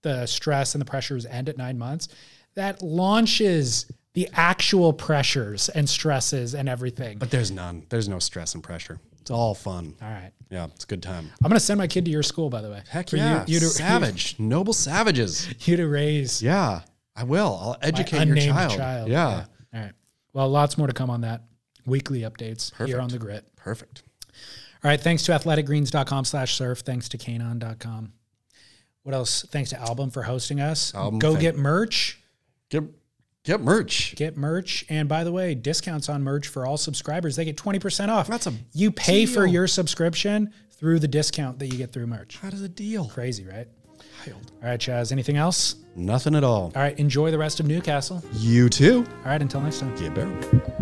Speaker 1: the stress and the pressures end at nine months that launches the actual pressures and stresses and everything
Speaker 2: But there's none. There's no stress and pressure. It's all fun.
Speaker 1: all right
Speaker 2: Yeah, it's a good time.
Speaker 1: i'm going to send my kid to your school by the way
Speaker 2: Heck
Speaker 1: For you-
Speaker 2: yeah.
Speaker 1: you, to,
Speaker 2: Savage. Noble savages.
Speaker 1: you to raise
Speaker 2: Yeah, I will. I'll educate your
Speaker 1: unnamed
Speaker 2: child.
Speaker 1: child,
Speaker 2: Yeah.
Speaker 1: all right well lots more to come on that weekly updates here
Speaker 2: Perfect.
Speaker 1: on the grit
Speaker 2: Perfect.
Speaker 1: All right. Thanks to athleticgreens.com slash surf. Thanks to canon.com. What else? Thanks to Album for hosting us.
Speaker 2: Album,
Speaker 1: Go
Speaker 2: thank-
Speaker 1: get merch.
Speaker 2: Get get merch.
Speaker 1: Get merch. And by the way, discounts on merch for all subscribers. They get 20% off.
Speaker 2: That's a
Speaker 1: you pay for
Speaker 2: deal.
Speaker 1: your subscription through the discount that you get through merch.
Speaker 2: How does a deal?
Speaker 1: Crazy, right? All right, Chaz. Anything else?
Speaker 2: Nothing at all.
Speaker 1: All right. Enjoy the rest of Newcastle.
Speaker 2: You too.
Speaker 1: All right. Until next time.
Speaker 2: Get barrel.